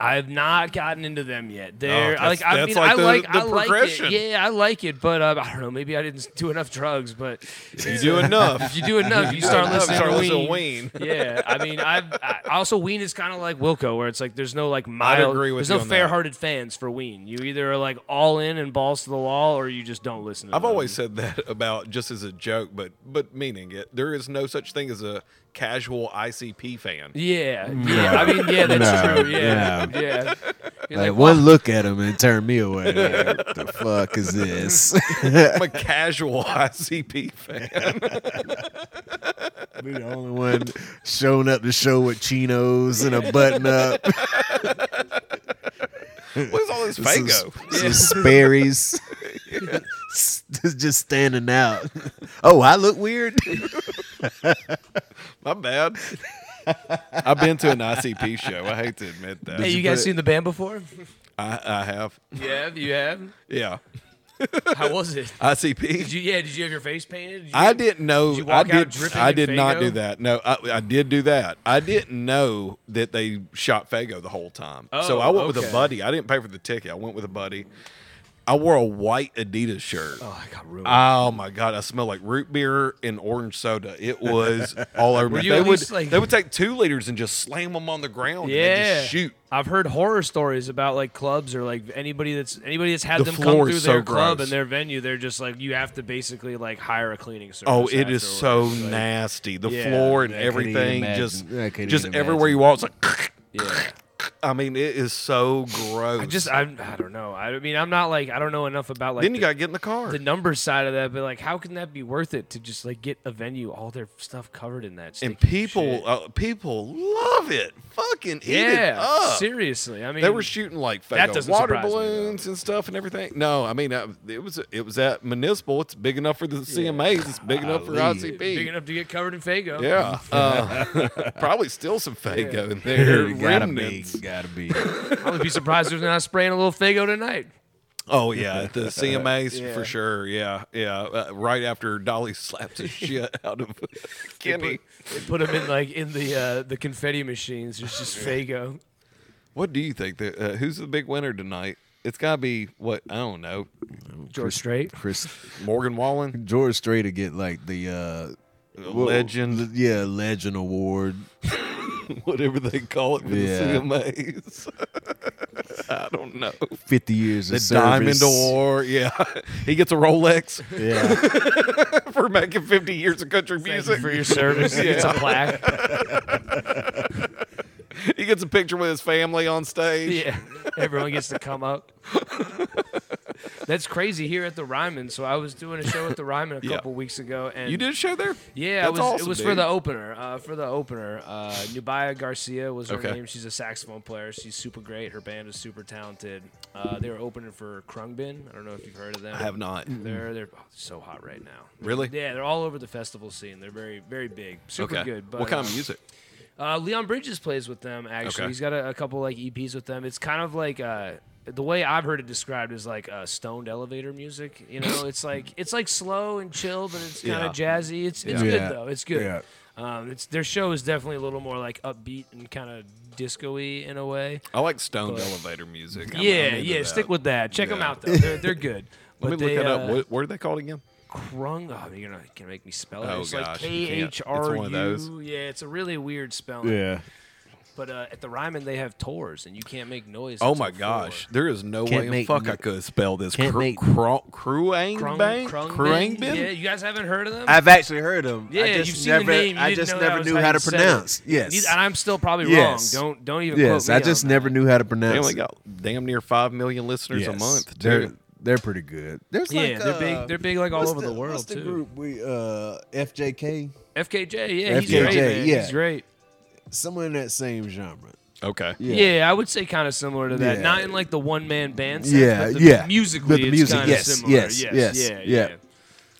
I've not gotten into them yet. Oh, They're that's- like I that's mean like I the- like the I progression. like it. Yeah, I like it, but uh, I don't know. Maybe I didn't do enough drugs, but You do enough. if you do enough, you start enough, listening start to listening Ween. to Ween. yeah, I mean, I've, I also Ween is kind of like Wilco, where it's like there's no like mild, agree with there's you no on that. fair-hearted fans for Ween. You either are like all in and balls to the wall, or you just don't listen. to I've them. always said that about just as a joke, but but meaning it. There is no such thing as a casual ICP fan. yeah, yeah. I mean, yeah, that's No, true. Yeah, yeah. You're Like, like, one look at him and turn me away. Like, what the fuck is this? I'm a casual ICP fan. Be the only one showing up to show with chinos and a button up, what is all this some, Fago? some Sperry's, just just standing out. Oh, I look weird. My bad. I've been to an ICP show. I hate to admit that. Hey, you guys seen the band before? I, I have. Yeah, you have. Yeah. How was it? ICP. Did you? Yeah, did you have your face painted? Did you- I didn't know. you I walk did. out dripping I in did not Faygo? do that. No, I, I did do that. I didn't know that they shot Fago the whole time. so Oh, I went with okay. a buddy. I didn't pay for the ticket. I went with a buddy. I wore a white Adidas shirt. Oh, I got ruined. Oh my god, I smelled like root beer and orange soda. It was all over. me. you They at would least, like- they would take two liters and just slam them on the ground. and Yeah, then just shoot. I've heard horror stories about like clubs or like anybody that's anybody that's had The them floor come is through so their club gross. and their venue. They're just like you have to basically like hire a cleaning service. Oh, it is so afterwards, like- nasty. The Yeah, floor and I couldn't even everything, imagine. just I couldn't just even everywhere you walk, it's like. Yeah. I mean, it is so gross. I just I'm, I don't know. I mean, I'm not like I don't know enough about like then the, you gotta get in the car. the numbers side of that, but like how can that be worth it to just like get a venue all their stuff covered in that? and sticky people, shit? uh, people love it. Fucking eat it yeah, up. seriously. I mean, They were shooting like That fake doesn't water surprise me, though. balloons and stuff and everything. No, I mean uh, it was it was at municipal. It's big enough for the CMAs. It's big enough for Golly. ICP. big enough to get covered in Fago. Yeah, uh, probably still some Fago in there. You gotta be, remnants. you gotta be. I would be surprised if they're not spraying a little Fago tonight. Oh yeah, at the CMAs Yeah. for sure. Yeah, yeah. Uh, right after Dolly slaps the shit out of Kenny. They put them in like in the uh, the confetti machines. It's just Fago. What do you think? That, uh, who's the big winner tonight? It's got to be what I don't know. George Strait. Chris Morgan Wallen, George Strait to get like the uh, well, legend. yeah, legend award. whatever they call it for Yeah. the CMAs. I don't know. Fifty years The of service. Diamond Award. Yeah, he gets a Rolex Yeah, for making fifty years of country Thank music. you for your service. It's a plaque. He gets a picture with his family on stage. Yeah, everyone gets to come up. That's crazy here at the Ryman. So I was doing a show at the Ryman a Yeah. couple weeks ago, and You did a show there? Yeah, That's it was awesome, it was for dude. the opener. Uh, for the opener, uh, Nubia Garcia was her Okay. name. She's a saxophone player. She's super great. Her band is super talented. Uh, they were opening for Krungbin. I don't know if you've heard of them. I have not. They're they're oh, so hot right now. Really? Yeah, they're all over the festival scene. They're very very big. Super Okay. good. But, what kind of um, music? uh, Leon Bridges plays with them. Actually, Okay. he's got a, a couple like EPs with them. It's kind of like uh, the way I've heard it described is like uh, stoned elevator music. You know, it's like it's like slow and chill, but it's kind of jazzy. It's it's Yeah. good Yeah. though. It's good. Yeah. Um, it's their show is definitely a little more like upbeat and kind of disco-y in a way. I like stoned but- elevator music. I'm- I'm yeah, into yeah. that. Stick with that. Check them Yeah. out though. They're, they're good. Let me But look they, that up. uh, What, what are they called again? Krung. Oh, you're gonna, gonna make me spell it. Oh, it's gosh, like you K can't. It's H R one of those. U. Yeah, it's a really weird spelling. yeah. But uh, at the Ryman, they have tours, and you can't make noise. Oh until my four. gosh, there is no Can't way in make fuck no- I could spell this. can't Cru- make- cru- Cruang Krung- Bang? Krung Cruang Bang? Yeah, Bang? you guys haven't heard of them? I've actually heard of them. yeah, I just you've seen never, the name. You I didn't just know that never was knew how how you to said it. pronounce. Neither- Yes. and I'm still probably Yes. wrong. Don't don't even. Yes, quote me I just on never knew how to pronounce They only it. got damn near five million listeners a Yes. month. They're Dude. they're pretty good. There's That. Yeah, like, they're uh, big. They're big like all what's over the, world what's too. The group we uh FJK FKJ, yeah, he's FKJ, great. man. yeah. He's great. somewhere in that same genre. Okay. Yeah. Yeah. I would say kind of similar to that. Yeah. Not in like the one man band sense, Yeah, but the, yeah. musically But the it's music, kind of yes, similar. yes, yes, yes, yeah, yeah. yeah.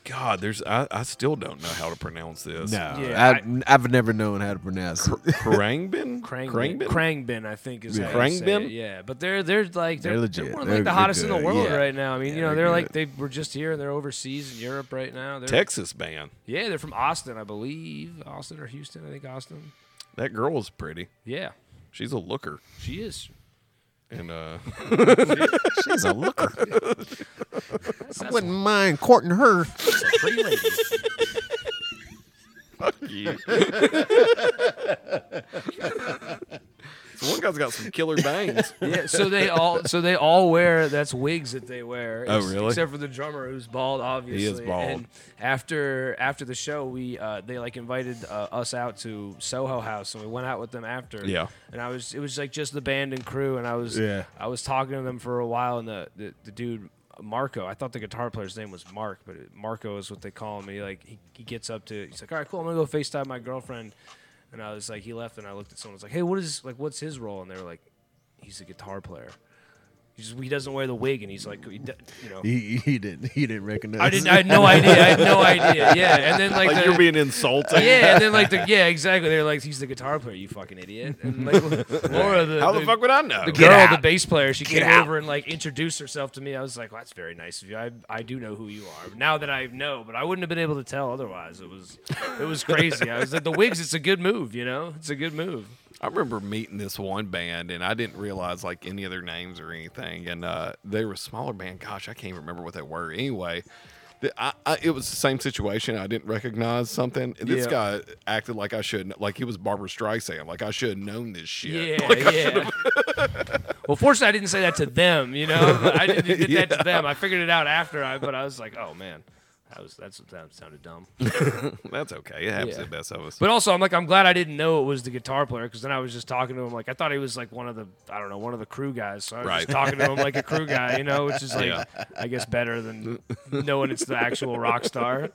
God, there's I, I still don't know how to pronounce this. No, Yeah, I, have never known how to pronounce it. Krangbin? Krangbin, Krangbin? Krangbin, I think is Yeah. how you say Krangbin? it, Yeah, but they're they're like they're, They're they're legit. one of, They're- like the they're hottest in the good, world yeah. right now. I mean, Yeah, you know, they're they're, like good. they were just here and they're overseas in Europe right now. They're, Texas band. Yeah, they're from Austin, I believe. Austin or Houston, I think Austin. That girl is pretty. Yeah, She's a looker. she is. And uh She's a looker. That's, I that's wouldn't mind courting her. a pretty lady. so one guy's got some killer bangs. Yeah, so they all so they all wear that's wigs that they wear. Oh, ex- really? Except for the drummer who's bald, obviously. bald. And after after the show, we uh, they like invited uh, us out to Soho House, and we went out with them after. Yeah. And I was it was like just the band and crew, and I was Yeah. I was talking to them for a while, and the the, the dude. Marco, I thought the guitar player's name was Mark, but it- Marco is what they call him. He like he, he gets up to he's like, all right, cool, I'm gonna go Facetime my girlfriend, and I was like, he left, and I looked at someone, I was like, hey, what is like, what's his role? And they were like, he's a guitar player. He's, he doesn't wear the wig, and he's like, he, do- you know, He, he didn't. He didn't recognize. I didn't, I had no idea, I had no idea, yeah. And then like, Like the, you're being insulting. yeah, and then like the yeah, exactly. They're like, he's the guitar player, you fucking idiot. And like, Laura, the, How the fuck would I know? the girl, the out. bass player, she came over and like introduced herself to me. I was like, well, that's very nice of you. I, I do know who you are now that I know, but I wouldn't have been able to tell otherwise. It was it was crazy. I was like, the wigs, it's a good move, you know, it's a good move. I remember meeting this one band and I didn't realize like any of their names or anything. And uh, they were a smaller band. Gosh, I can't even remember what they were. Anyway, the, I, I, it was the same situation. I didn't recognize something. And This Yeah. guy acted like I shouldn't, like he was Barbara Streisand. Like I should have known this shit. Yeah, yeah. well, fortunately, I didn't say that to them. You know, I didn't did that to them. I figured it out after I, but I was like, oh man, that was that's that sounded dumb. That's okay. It happens Yeah. to the best of us. But also, I'm like, I'm glad I didn't know it was the guitar player because then I was just talking to him like I thought he was like one of the I don't know one of the crew guys. So I was Right. just talking to him like a crew guy, you know, which is like Yeah. I guess better than knowing it's the actual rock star.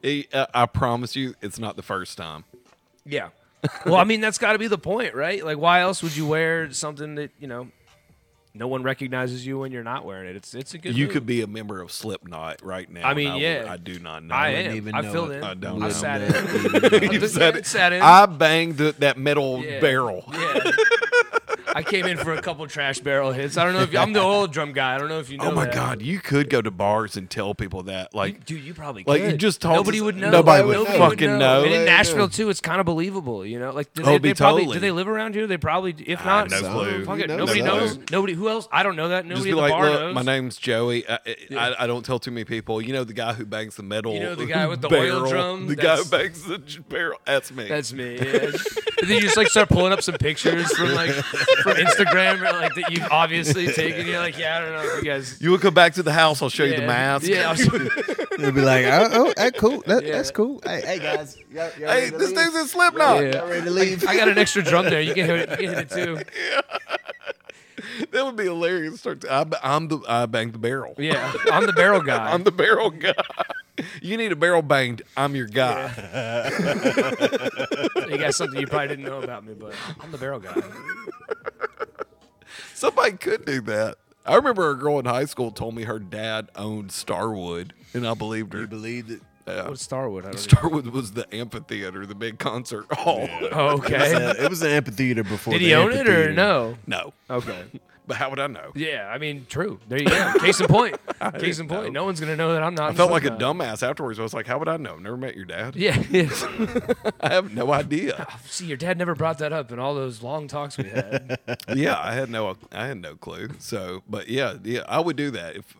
He- uh, I promise you, it's not the first time. Yeah. Well, I mean, that's got to be the point, right? Like, why else would you wear something that you know? No one recognizes you when you're not wearing it. It's it's a good. You move. could be a member of Slipknot right now. I and mean, would- yeah. I do not know. I it. am. even I know filled it. in. I don't I know. sat in. in. You I said it. sat in. I banged the, that metal Yeah. barrel. yeah. I came in for a couple trash barrel hits. I don't know if you, I'm the old drum guy. I don't know if you know. Oh my that. God! You could go to bars and tell people that, like, Dude, you probably Like, could. you just told nobody us- would know. nobody would fucking know. And in Nobody Nashville too, it's kind of believable, you know. Like, do Oh, they, be they probably totally. do they live around here? They probably, do. if I not, have no clue. fuck You it, know nobody no knows. clue. Nobody who else? I don't know that. just Nobody be at the like, bar look, knows. my name's Joey. I, I, I, I don't tell too many people. You know the guy who bangs the metal. You know the guy with the barrel, oil drum? The guy who That's- bangs the j- barrel. That's me. That's me. Yeah. and then you just like start pulling up some pictures from like from Instagram or like that you've obviously taken. You're like, yeah, I don't know if you guys. you will come back to the house. I'll show you the Yeah. mask. Yeah, I'll They'd be like, oh, oh that cool. That, Yeah. That's cool. Hey, hey guys, y'all, y'all Hey, ready to this leave? thing's in Slipknot. Yeah. Y'all ready to leave? I got an extra drum there. You can hit it, you can hit it too. That would be hilarious. Start to, I, I'm the I bang the barrel. Yeah, I'm the barrel guy. I'm the barrel guy. You need a barrel banged. I'm your guy. you got something you probably didn't know about me, but I'm the barrel guy. Somebody could do that. I remember a girl in high school told me her dad owned Starwood, and I believed her. You believed it. What's Starwood? I don't even- Starwood was the amphitheater, the big concert hall. Oh, It was okay. a- It was an amphitheater before. Did the he own it or amphitheater. no? No, Okay. But how would I know? Yeah, I mean, true. There you go. Case in point. Case in point. No one's gonna know that I'm not. I felt like a dumbass afterwards. I was like, how would I know? Never met your dad. uh, Yeah. yes. I have no idea. See, your dad never brought that up in all those long talks we had. yeah, I had no, I had no clue. So, but yeah, yeah, I would do that. If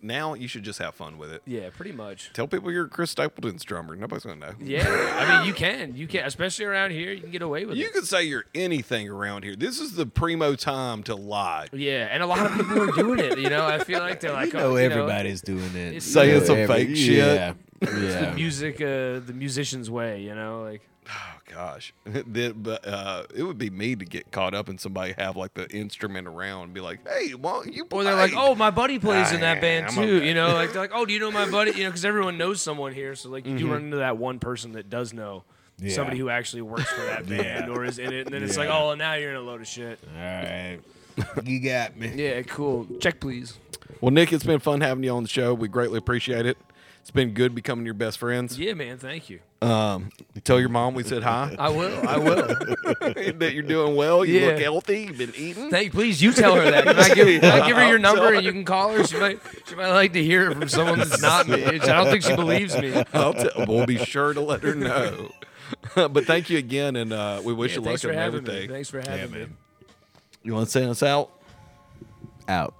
now you should just have fun with it. yeah, pretty much. Tell people you're Chris Stapleton's drummer. Nobody's gonna know. Yeah, I mean, you can, you can, especially around here, you can get away with You it. could say you're anything around here. This is the primo time to lie. Yeah, and a lot of people are doing it. You know, I feel like they're like, you oh, know you know, everybody's doing it. it's- Saying You know, some fake shit. Yeah, yeah. music, uh, the musician's way. You know, like Oh gosh, Then- but uh, it would be me to get caught up and somebody have like the instrument around and be like, "Hey, why don't you?" Play? Or they're like, oh, my buddy plays in that band Ah, I'm too. okay. You know, like they're like, oh, do you know my buddy? You know, because everyone knows someone here, so like you Mm-hmm. do run into that one person that does know Yeah. somebody who actually works for that band or is in it, and then it's like, Yeah. oh, now you're in a load of shit. All right. You got me. Yeah, cool. Check please. Well, Nick, it's been fun having you on the show. We greatly appreciate it. It's been good becoming your best friends. Yeah, man. Thank you. Um, tell your mom we said hi. I will. I will. that you're doing well. You Yeah. look healthy. You've been eating. Thank. Please, you tell her that. Can I give, can I give her your I'll tell number and you can call her. She might. She might like to hear it from someone that's not me. I don't think she believes me. I'll tell we'll be sure to let her know. but thank you again, and uh, we wish Yeah, you luck thanks for on having everything. me. Thanks for having me. You want to send us out? Out.